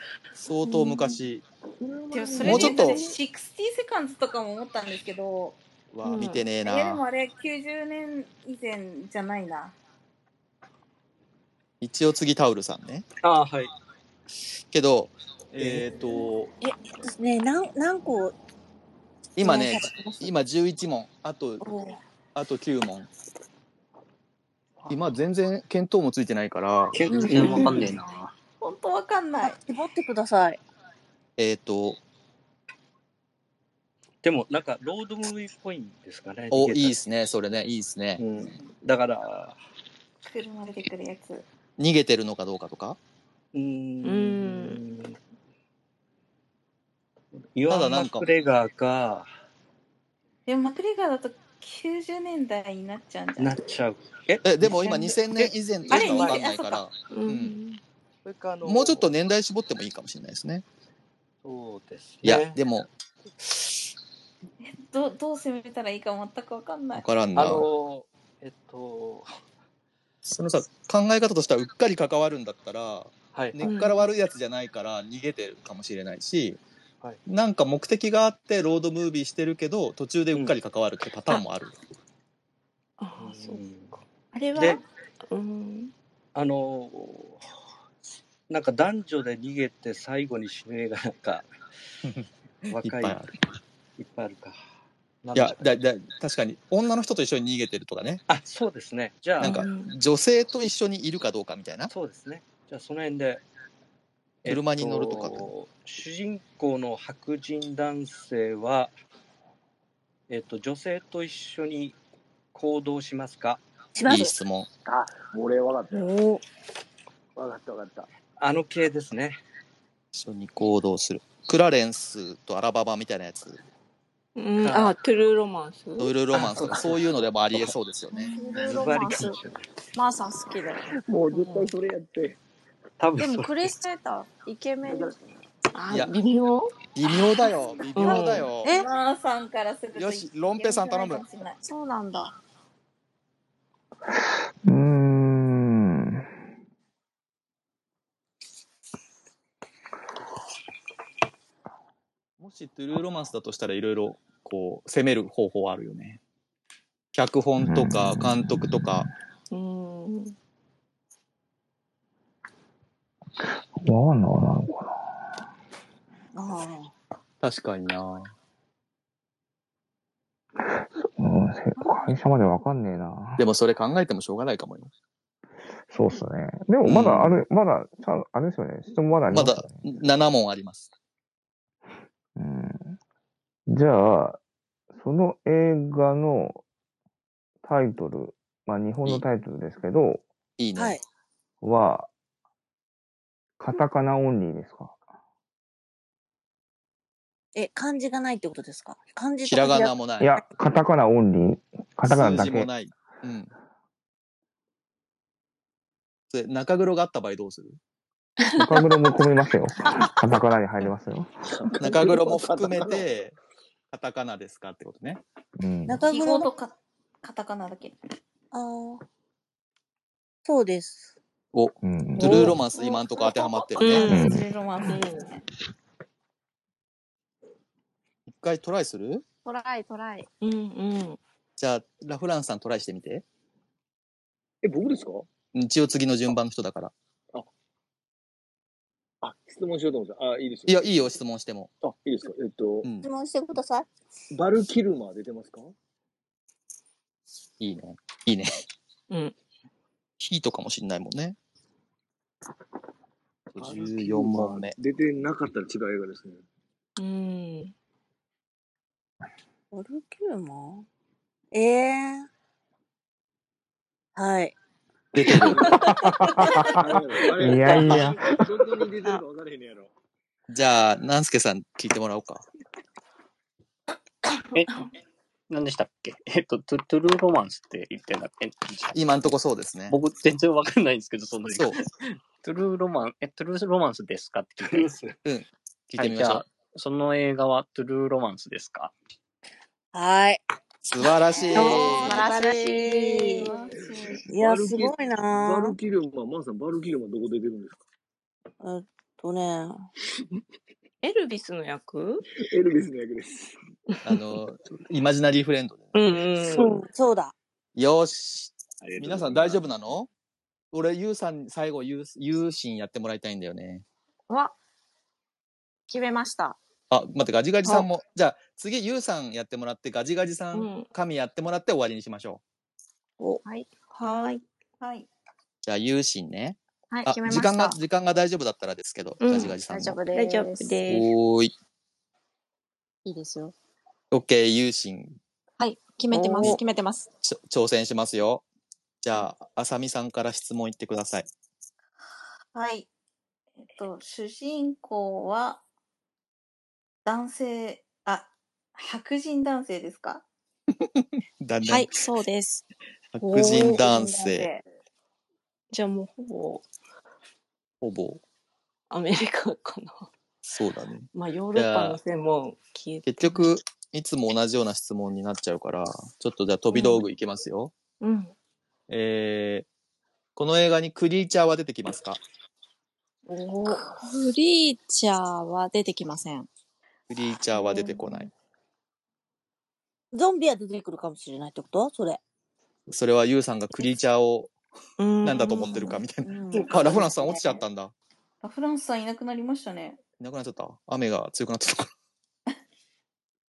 相当昔
でもそ
も
れ
うち
で
ょっと
私60セカンズとかも思ったんですけど、
は見てねえ
い
な。
やでもあれ90年以前じゃないな。
一応次タオルさんね。
あーはい。
けど、えっ、と、
え、えっと ね、何、何個
今
質
ね
問されてま、す
今11問、あと、
おー
あと9問。今全然見当もついてないから、
全然わかんねえな。
本当わかんない。
絞ってください。
えっ、と、
でも、なんか、ロードムービーっぽいんですかね。
お、いい
で
ですね、それね、いいですね
う。ん。だから、
車出てくるやつ。
逃げてるのかどうかとか。
うーん。イ
た
ワ
だ
ン・
な
マ
んか
クレガーか、
でもマクレガーだと90年代になっちゃうんじゃ
な
ない
っちゃう。え
え、でも今2000
2000で
年以前としかわかんないから、
う
うんん。
それかあの
もうちょっと年代絞ってもいいかもしれないですね。
そうですね。
いや、でも、
どどう攻めたらいいか全くわかんな
わ
い。
からん
あ
な。
の、えっと、
そのさ、考え方としてはうっかり関わるんだったら、
はい、
根
はい
っから悪いやつじゃないから逃げてるかもしれないし、
はい
なんか目的があってロードムービーしてるけど、途中でうっかり関わるってパターンもある。
ああ、そうう。
ん
あれ
で
は、うん。
あの、なんか男女で逃げて最後に死ぬ映画なん か、
いっ
若い、
ぱい
い
ある。
っぱいあるか。なん
い
だ
や、だ、だ、確かに、女の人と一緒に逃げてるとかね。
あ、そうですね。じゃ
なん
あ、
か、女性と一緒にいるかどうかみたいな。
そうですね。じゃあ、その辺で。
車に乗るとか
えっと主人公の白人男性は、えっと、女性と一緒に行動しますか
し
い
ま
い
す。
質問。
あ、俺分かったよ。
おー
分かった分かっ
あの系ですね。
一緒に行動する。クラレンスとアラババみたいなやつ。
うん、あ、トゥルーロマンス
ドイルロマンスとか、そういうのでもありえそうですよね。
ト
ズ
ルロマ
バリ
ン
か
ス
もしれない。
マーさん好きだよ。
た。もう絶対それやって。
多
で
分
も
そ
クリスタイターイケメン
だか
あ
いや
微妙
微妙だよ。微妙だよ。
え
マーさんからすると
よし、ロンペさん頼む。
いけないかもしれない
そうなんだ
うーん。
もしトゥルーロマンスだとしたらいろいろこう攻める方法はあるよね。脚本とか監督とか。
うん
ワーナーなのか
あ
確かにな。
なうんせ会社までわかんねえな。
でもそれ考えてもしょうがないかもよ。
そうっすね。でもまだある、まだ、ちゃんあれですよね。質問まだあり
ま
ます
だ
よね。
7問あります。
うん。じゃあ、その映画のタイトル、まあ日本のタイトルですけど、
いい
あ、はい
ね。。
は、カタカナオンリーですか
え、漢字がないってことですか漢字と
ひらがなもないいや、カタカナオンリーカタカナ
数
だ
字も
け。
ない。うん。それ、中黒があった場合どうする
中黒も込めますよ。カタカナに入りますよ。
中黒も含めて、カタカナですかってことね。
うん。
中
黒とかカタカナだけ。
ああ。そうです。
お、ト
ゥ
ルーロマンス今んとこ当てはまってるね。
ジルロマンスいいですね。
一回トライする
トライ、トライ。うんうん。
じゃあ、ラフランスさんトライしてみて。
え、僕ですか
一応次の順番の人だから。
あ、質問しようと思ってた。あ、いいです
い
よ。
や、いいよ、質問しても。
あ、いいですかえっと、
うん
質問してください。
バルキルマー出てますか
いいね。いいね。
うん。
ヒートかもしんないもんね。
バルキル
14
マ
問目
ー。出てなかったら違う映画ですね。
うん。
バルキューマええはい。
出てる。
いやいや。
どこに出てるか分からへんねやろ。
じゃあ、なんすけさん聞いてもらおうか。
え、何でしたっけ えっと、トゥトゥルーロマンスって言ってなえ
今んとこそうですね。
僕全然わかんないんですけど、その
そう。
トゥルーロマン、え、トゥルーロマンスですかって聞 いて。
うん。聞いてみ
じ
まし
ゃ
ょう
あ。、その映画はトゥルーロマンスですか
はい。
素晴らしい。
おー
素晴らし
いや、
バルキ
すごい
バ
な
ルキルマー、マンさん、バルキルマーどこ出てるんですか
ぁ。えっとね、
エルビスの役
エルビスの役です。
あの、イマジナリーフレンドでね。
うんうん。
そう、そうだ。
よし。
ありがと
皆
う
さん
ござ
大
います
丈夫なの俺、ゆうさん、最後、ゆう、ゆうしんやってもらいたいんだよね。
は、決めました。
あ、待って、ガジガジさんも。じゃあ、次、ゆうさんやってもらって、ガジガジさ
うんん、
神やってもらって終わりにしましょう。
はい。
はい。はい。
じゃあ、ゆうしんね。
はい、
あ
決め、まし
時
た。
間が、時間が大丈夫だったらですけど、
うん
ガジガジさん
大
も。
丈夫です。
大丈夫です。
おーい。
いいですよ。
オッケー、ゆうしん、
はい、決めてます。
お
決めてます。
ちょ挑戦しますよ。じゃあ、あさみさんから質問言ってください。
はい。えっと、主人公は男性、あ、白人男性ですか
だんだ
は
ん
い、、そうです。
白人男性、。
じゃあもうほぼ
ほぼ、
アメリカかな。
そうだね。
まあヨーロッパの線も消えて。
結局、いつも同じような質問になっちゃうから、ちょっとじゃあ飛び道具いきますよ。
うん。
えー、この映画にクリーチャーは出てきますか
おクリーチャーは出てきません。
クリーチャーは出てこない。
ゾンビは出てくるかもしれないってことそれ。
それはユウさんがクリーチャーを
うん
何だと思ってるかみたいな。
うん。
あ、ラフランスさん落ちちゃったんだ。
あフランスさんいなくなりましたね。
いなくなっちゃった。雨が強くなっちゃったから。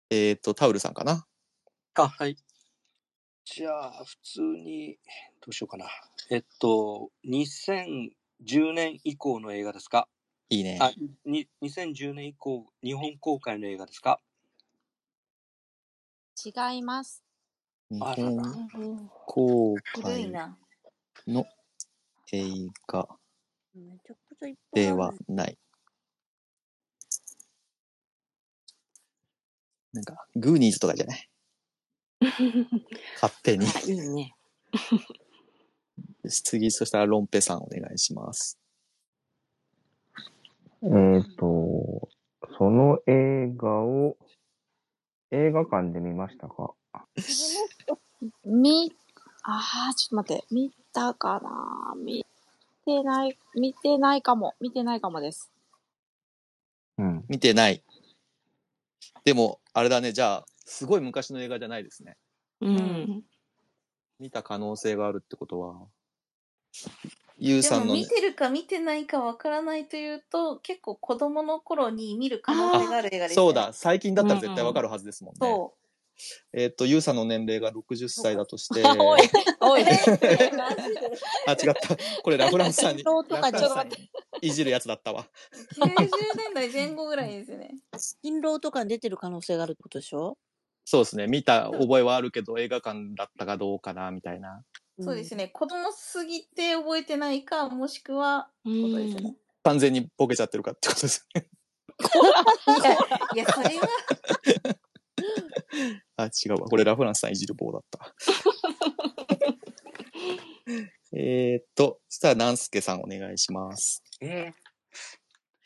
えっと、タウルさんかな。
あ、はい。じゃあ、普通に、どうしようかな。えっと、2010年以降の映画ですか
いいね。
あ、に2010年以降、日本公開の映画ですか
違います。
日
あらら
本公
古い
開
な。
の映画
めちゃくちゃいっぱい
で
ある
はない。なんか、グーニーズとかじゃない勝手に。
いいね。
次、そしたらロンペさんお願いします。
えーと、その映画を映画館で見ましたか
み、ああ、ちょっと待って。見たかな見てない、見てないかも。見てないかもです。
うん。
見てない。でも、あれだね、じゃあ、すごい昔の映画じゃないですね。
うん。
見た可能性があるってことは、ゆう
で
さん
も
の、
見てるか見てないかわからないというと、結構子供の頃に見る可能性がある映画です、ね。
そうだ、。最近だったら絶対わかるはずですもんね。
そ
えっ、と、ゆうさんの年齢が60歳だとして、
おい、 おい。
あ、違った。これラフランスさ んに。
老とか
ラフランスさん
ちょっと
にいじるやつだったわ。
う。90年代前後ぐらいですよね。
勤労とかに出てる可能性があるってことでしょ
そうですね。見た覚えはあるけど、映画館だったかどうかな、みたいな。
そうです
ね。
ね。子供すぎて覚えてないか、もしくは、ことですよね。
完全にボケちゃってるかってことですね。
いや、それは。
あ、違うわ。これラフランスさんいじる棒だ った。えーっと、そしたら、なんすけさんお願いします。
えー、どう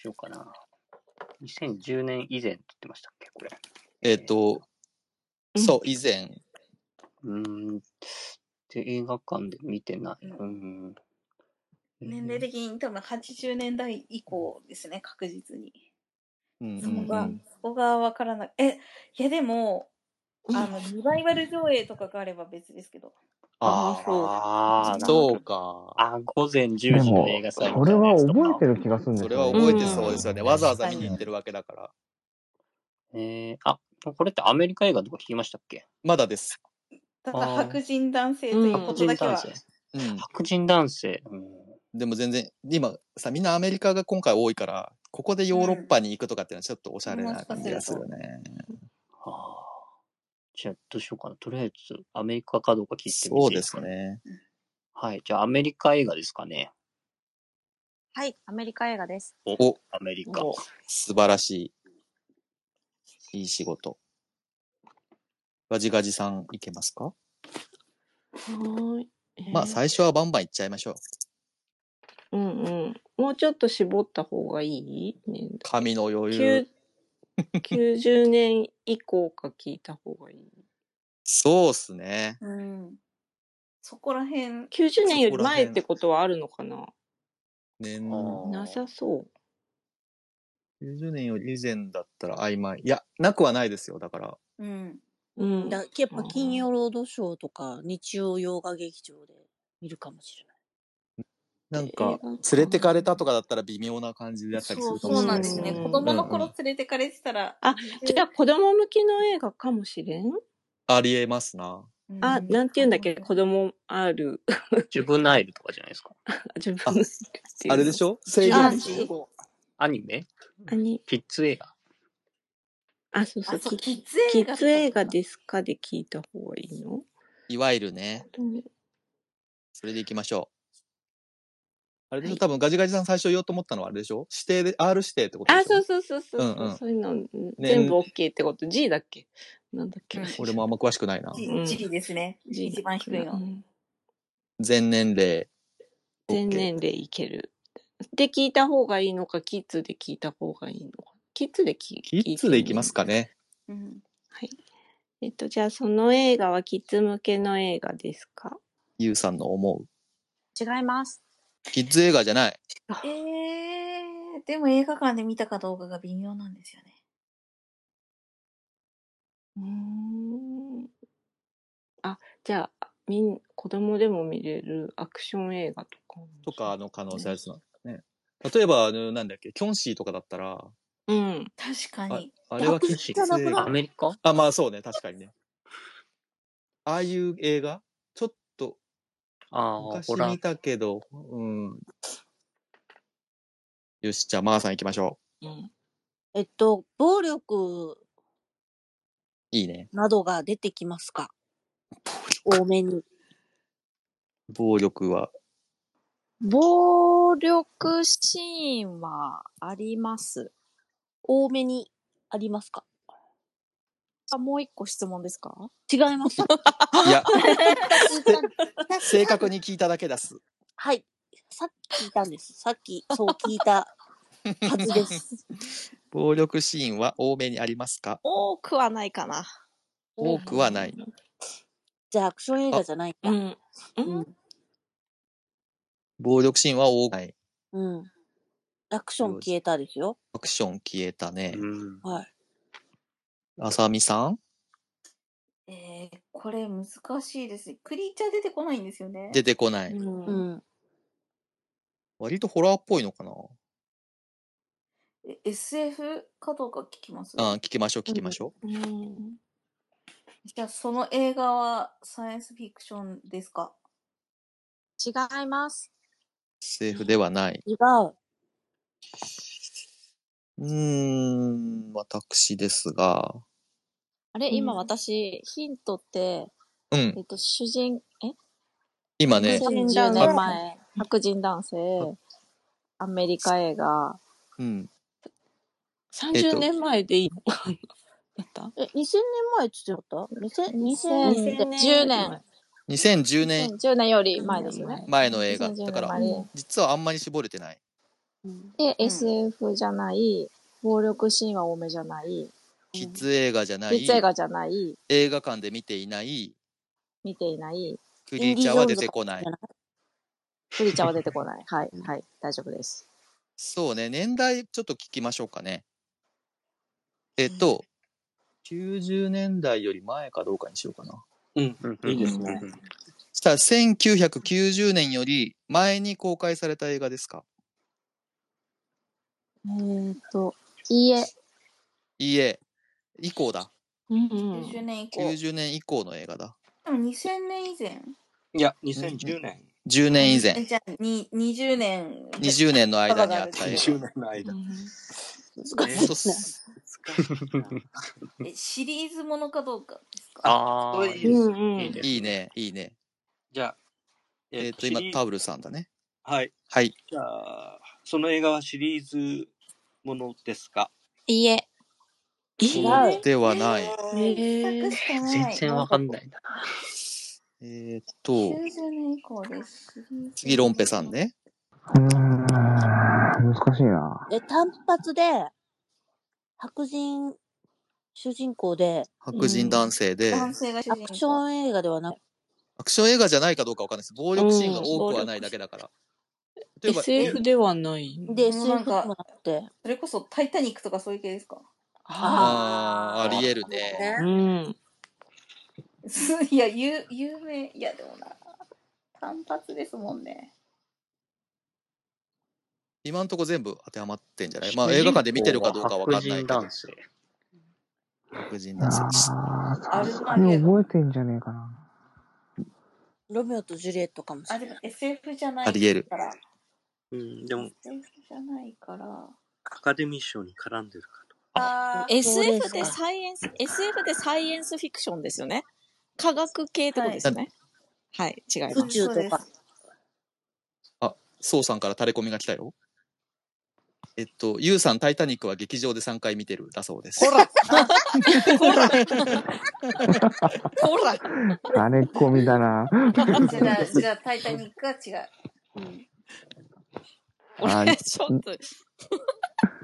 しようかな。2010年以前って言ってましたっけ、これ。
えーっと、そう、以前。
うーん。で、映画館で見てない。うーん。
年齢的に多分80年代以降ですね、確実に。
うん
そこが、そこがわからない。え、いやでも、あの、リバイバル上映とかがあれば別ですけど。
ああ、
そうか。
あ、午前10時
でも
の映画、
そ
祭
れは覚えてる気がするんですよ、ね。
それは覚えてそうですよね。わざわざ見に行ってるわけだから。
えー、あ、これってアメリカ映画とか聞きましたっけ
まだです。
ただ
あー
白人男性ということだけは。
白人男性。
でも全然、今さ、みんなアメリカが今回多いから、ここでヨーロッパに行くとかっていうのはちょっとおしゃれな感じがするよね。
じゃあ、どうしようかな。とりあえず、アメリカかどうか聞いてみて
そう
いい
で
です
す
かね。
ね。
はい。じゃあ、アメリカ映画ですかね。
はい、アメリカ映画です。
お、
アメリ
カ。素晴らしい。いい仕事。ガジガジさんいけますか、
はい。
まあ最初はバンバンいっちゃいましょう。
うんうん。もうちょっと絞った方がいい年代
髪の余裕
九。90年以降か聞いた方がいい。
そうっすね。
うん。そこら
90
辺。
年より前ってことはあるのかな
年
なさそう。
90年より以前だったら曖昧。いや、なくはないですよ。だから。
うん。
うん。
だやっぱ金曜ロードショーとか日曜洋画劇場で見るかもしれない。
なんか、連れてかれたとかだったら微妙な感じだったりす
そう
るか
そ
も
う
しれ
な
ない
ん
で
ですす
ね。
ね。子供の
うんう
頃
ん
連れてかれてたら。
あ、じゃ あ子供向きの映画かもしれん
ありえますな。
あ、なんて言うんだっけ子供ある。
ジュブナイルとかじゃないですか。
自分
あれでしょ
ジ
制
ュ
御
ア
の
ン
と
ジ
こ
アニメ
アニ
キッズ映画。
あ、そうそう。
あそう
キ
キッズ映
キ
画
ッズ映画ですかで聞いた方がいいの
いわゆるね。それでいきましょう。あれでしょ、多分ガジガジさん最初言おうと思ったのはあれでしょ指定で、R 指定ってことで
あ、
しょ
そうそうそうそう。
うんうん
そういうの、全部 OK ってこと。G だっけなんだっけ、
俺もあんま詳しくないな。
じじですね。一番低いの。
全年齢。
全年齢いける。で聞いた方がいいのか、キッズで聞いた方がいいのか。キッズで聞い
キッズでいきますかね。
うん
はい。えっと、じゃあその映画はキッズ向けの映画ですか
ゆうさんの思う。
違います。
キッズ映画じゃない。
えー、でも映画館で見たかどうかが微妙なんですよね。
うーん。あ、じゃあ、みん、子供でも見れるアクション映画とか。
とかの可能性あるな。ね。例えば、あのなんだっけ、キョンシーとかだったら、
うん。
確か
あ
に。
あれはキッズ映画。
アメリカ
あ、まあそうね、確かにね。ああいう映画ちょっと
ああ、
昔
ホラ
見
ー。
たけど、うん。よし、じゃあ、まー、さん行きましょ
えっと、暴
う。
力
いいね。
などが出てきますか多めに。
暴力は
暴力シーンはあります。
多めにありますか
あ、もう一個質問ですか
違います。
いや、
正
正確に聞いただけです。
はい。さっき聞いたんです。さっき、そう聞いたはず です。
暴力シーンは多めにありますか
多くはないかな。
多くはない。
じゃあ、アクション映画じゃないか。
うん。
うん。
暴力シーンは多くない。
うん。アクション消えたですよ。
アクション消えたね。
はい。
あさみさん
えー、これ難しいですね。クリーチャー出てこないんですよね。
出てこない。
うん。
割とホラーっぽいのかな
え SF かどうか聞きます
あ聞きましょう、聞きましょ
う。うん。
じゃあ、その映画はサイエンスフィクションですか
違います。
SF ではない。
違う。
うーん、私ですが、
あれ、今私、ヒントって、
うん
えっと、主人、え
今ね、
2010年前、白人男性、
アメリカ映画。
うん。
30年前でい いのかな
え、2000年前って言ってなかった2000 2000
2010年。
2010年
10年より前ですよね。
前の映画
2010年
だから
前で
実はあんまり絞れてない
で、SF じゃない、暴力シーンは多めじゃない、
キッズ映画じゃない
キッズ映画じゃない、
映画館で見ていない
見ていない、
クリーチャーは出てこない
クリーチャーは出てこない。はい、はい、大丈夫です。
そうね年代ちょっと聞きましょうかねえっと、90年代より前かどうかにしようかな
うん、いい ですね。
したら1990年より前に公開された映画ですか
えーっと、いいえ。
いいえ以降だ
90年以降。
90年以降の映画だ
でも2000年以前。
いや、2010年。
10年以前
えじゃあに20年。
20年の間にあった映画
20年の間。
難しいな
ほんとす
えシリーズものかどうか。
ああ、いいですね。いいです
いい。ねいいね
じゃあ、
えっと
シ
今
リー
パウルさんだね
はい。
はい
じゃあ、その映画はシリーズものですか
いいえ。
そうではない
全くしかない。
全然わかんないな。
えーっと
90年以降です。シリーズ
次ロンペさんね
うーん、難しいな。
え、単発で、白人主人公で、
白人男性で、
性が主
アクション映画ではなく、
アクション映画じゃないかどうかわかんないです暴力シーンが多くはないだけだから、例えば
SF ではない。
で、
もうなん
SF で
か
もなくて。
それこそタイタニックとかそういう系ですか。
あーありえる
ね
ね
うん。
いや有有名いやでもな単発ですもんね。
今んとこ全部当てはまってんじゃないまあ映画館で見てるかどうかわかんないけど
白人男性。
白人男性
あー
ア
さ
ル
す
マゲ
が
ドン
に覚えてんじゃねえかな。
ロミオとジュリエットかもし
あ
れ
で
ない。
も SF じゃない
ありえる
から。
うん、でも、
SF じゃないから。
アカデミー賞に絡んでるかと。
あー
SF でサイエンス、SF でサイエンスフィクションですよね。科学系ってことですよね。はい、違います。
宇宙とか。
あそうさんからタレコミが来たよえっと、ゆうさん、タイタニックは劇場で3回見てるだそうです。ほら
ほらほら
あれ込みだな。
じゃ あじゃあタイタニックは違う。うん
あ
俺、ちょっと、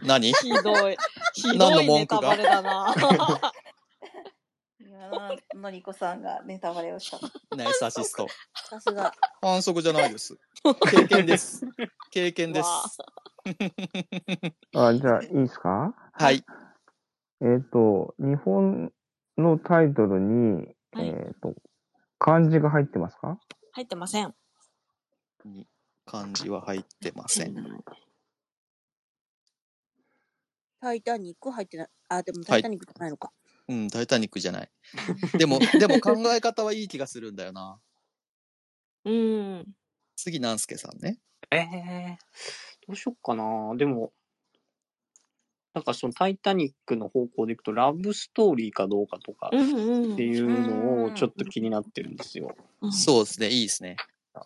何
ひどい。ひ
何
ど
の
いネ
文句
タ
が
バレだな。
今ののりこさんがネタバレをした。
ナイスアシスト。
さすが。
反則じゃないです。経験です。経験です。
あ、じゃあ、いいっすか
はい。
えっ、と、日本のタイトルに、
はい
えっ、と、漢字が入ってますか
入ってません。
に漢字は入ってません。
タイタニック入ってない。あ、でもタイタニックじゃないのか。
うん、タイタニックじゃない。でも、でも考え方はいい気がするんだよな。
うん。
次、南助さんね。
ええー、どうしよっかな。でも、なんかそのタイタニックの方向でいくと、ラブストーリーかどうかとか
うんうん
っていうのをちょっと気になってるんですよ。
そうですね、いいですね。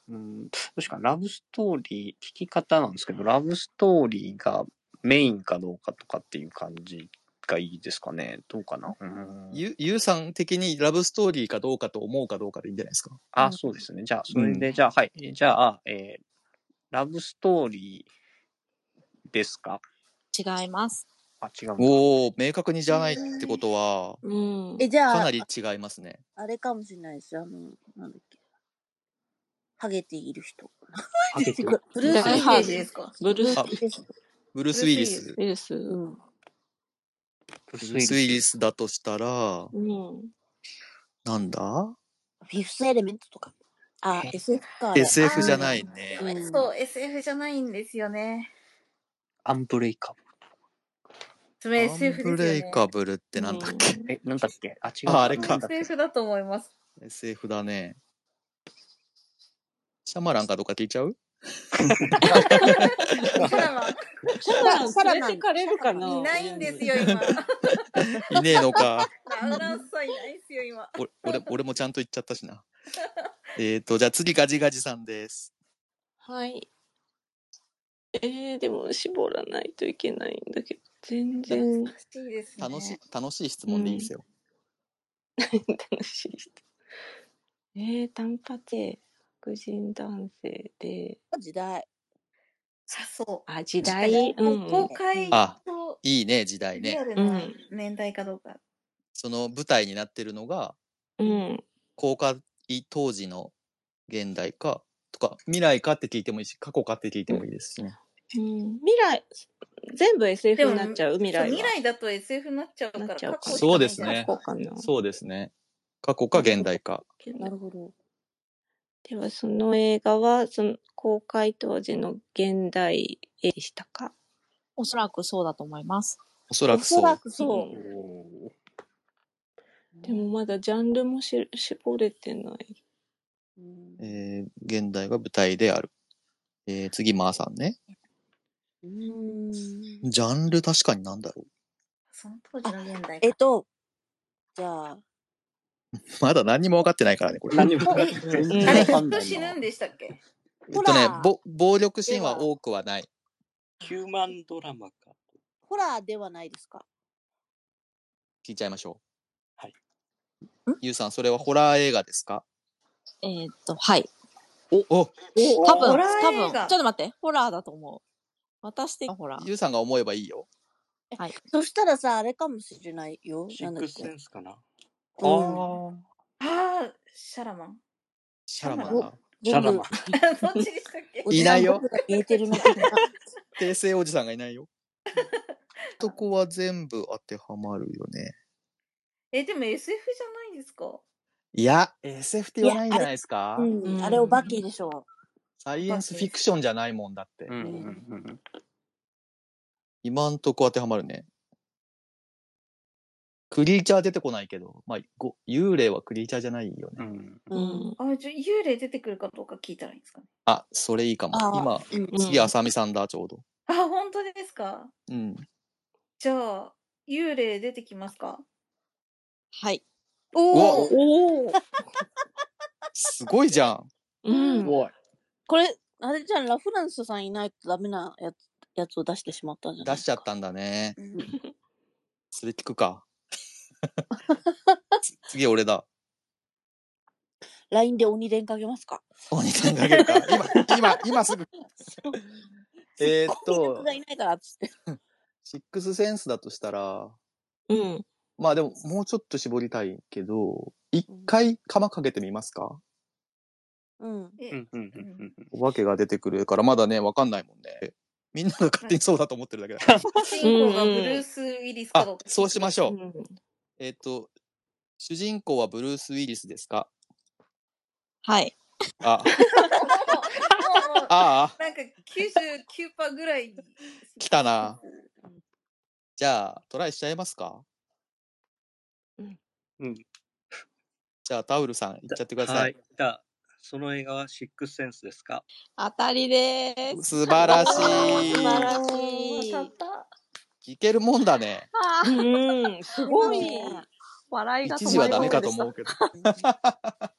うん、確かにラブストーリー、聞き方なんですけど、ラブストーリーがメインかどうかとかっていう感じがいいですかね。どうかな。うん、
ゆ、ゆうさん的にラブストーリーかどうかと思うかどうかでいいんじゃないですか。
あ、そうですね。じゃあ、それで、じゃあ、はい。じゃあ、えーラブストーリーですか
違います。
あ、違うんだ。
おー、明確にじゃないってことは、
うん。
え、じ
か
ゃ
な
あ、
り違いますね。
あれかもしれないです。あの、なんだっけ。ハゲている人。
ハゲてる。
ブルース・ウ
ダイ
ィ
ハード
リ
イ
ス。
メージですか。
ブルース
あ、
ブルースウィリス。
ブルース・
ウィルス。
ウィリス。
う。
うん
ブルー
ブ
ス
ルー
ウ
ス・
ィ
ウィ
リ
リ
ス。
スだとしたら、
ん。
なんだ
フィフス・エレメントとか。あ、
え
SF か、あれ。
?SF じゃ
あ
な
ー
いね
で。
う
も
ん
そう SF じゃないんですよね。
アンブレイカブ
それ
アン
SF
ブ
ですよ
レイ
ね。
カブルってなんだっけ、
ル。え、なんだっけあ、違う
あ、あ
か。
れ
もう
か。
SF だと思います。
SF だね。シャマランかどうか聞いちゃう
シャラマン
シャマラン
サラ
連れてかれるかない
ないんですよ今。
いねえのか。
ラウランスさんいないですよ今。
お俺、俺もちゃんと言っちゃったしな。えっと、じゃあ次、ガジガジさんです。
はい。えー、でも絞らないといけないんだけど、全然。
難しいですね。
楽しい、楽しい質問でいいですよ。
楽しい人。えー、単発で白人男性で。
時代。
さそう。
あ、時代。うん。
公開
あ
と
いいね、時代
リア
ね。
ルな年代かどうか。
その舞台になってるのが、
うん。
公開当時の現代か、とか、未来かって聞いてもいいし、過去かって聞いてもいいですしね。
うん、未来、全部 SF になっちゃう、未来は。
そう未来だと SF になっちゃうから、
なっちゃう
過
か
去
ら
しか
そう
な
で
い
す
じゃん
ね
過去かな。
そうですね。過去か現代か。
なるほど。
では、その映画は、その公開当時の現代でしたか
おそらくそうだと思います。
おそらくそう。
くそう。でもまだジャンルもし絞れてない。
えー現代が舞台である。えー次、マーさんね。ジャンル確かになんだろう。
その当時の現代
えっと、じゃあ、
まだ何にも分かってないからね、これ。
何も
え、
全
あれ、
然わかんな
人
い
死
な
ぬ。んでしたっけ
えっとね、ぼ暴力シーンは多くはない。
ヒューマンドラマか。
ホラーではないですか。
聞いちゃいましょう。
はい。
ゆうさん、それはホラー映画ですか
えーっと、はい。
おお
多分、
ホラー
多分、
映
ちょ
画
っと待って、ホラーだと思う。私的にホラー。
ゆうさんが思えばいいよ。
はい。
そしたらさ、あれかもしれないよ。
シ
なん
ッ
だっ
クスセ
け。
ンスかな。
うん
あー
ああ、シャラマ ン。
シャラマン
シャラ
な。
シャラマン。
どっちでしたっけ
お
い
じ
な
さ
い
ん
よ
僕が見えてるな的な。
訂正おじさんがいない よ。とこは全部当てはまるよね。
え、でも SF じゃないんですか
いや、SF って言わないんじゃないですか、
う
うん
ん、あれお化けでしょ。
サイエンスフィクションじゃないもんだって。
うん
うん
うんうん。
今んとこ当てはまるね。クリーチャー出てこないけど、まあ、ご幽霊はクリーチャーじゃないよ
う
ね。
ん
う。
うんん。
あ、じゃあ幽霊出てくるかどうか聞いたらいいんですかね。
あ、それいいかも。
あー
今、
うん
うん
次、あさみさんだ、ちょうど。
あ、本当ですか
うん。
じゃあ、幽霊出てきますか
はい。
おお
おお
すごいじゃん。
うん。
おい。
これ、あれじゃん、ラフランスさんいないとダメなやつやつを出してしまったんじゃな
出
いで
し
す
ちゃっ
か。
たんだ ね。
うん
それ聞く か。つ次、俺だ。
LINE で鬼伝かけますか。
鬼さんかけるか。今、今、今 すぐ。えーっ
僕
と
が、いないからっつって。
シックスセンスだとしたら、
うん。
まあでも、もうちょっと絞りたいけど、一
うん
回釜かけてみますか
うん。
え、
うんうんうんう
う
んんうん。
お化けが出てくるからまだね、わかんないもんね。みんなが勝手にそうだと思ってるだけだから。
主人公がブルース・ウィリスか
あ
どうか、
そうしまし
う
ょう。
ん。
えっ、と、主人公はブルース・ウィリスですか
はい。
あ、
もう、もう、もう、
ああ、
なんか99%ぐらい。
来たな。じゃあ、トライしちゃいますか
うん。
じゃあ、タウルさん、行っちゃってくださ。
はいい。じゃあ、その映画はシックスセンスですか
当たりでーす。
素晴らし
おー
い
素。晴ら
おー、
し
当
い。
たった。
いけるもんだね。
あー
うん。す
今
ごい。
ね、
笑いが
一
止
時
ま
は
り
ダ
ま
メ
せん
か
で
と
した
思う。けど。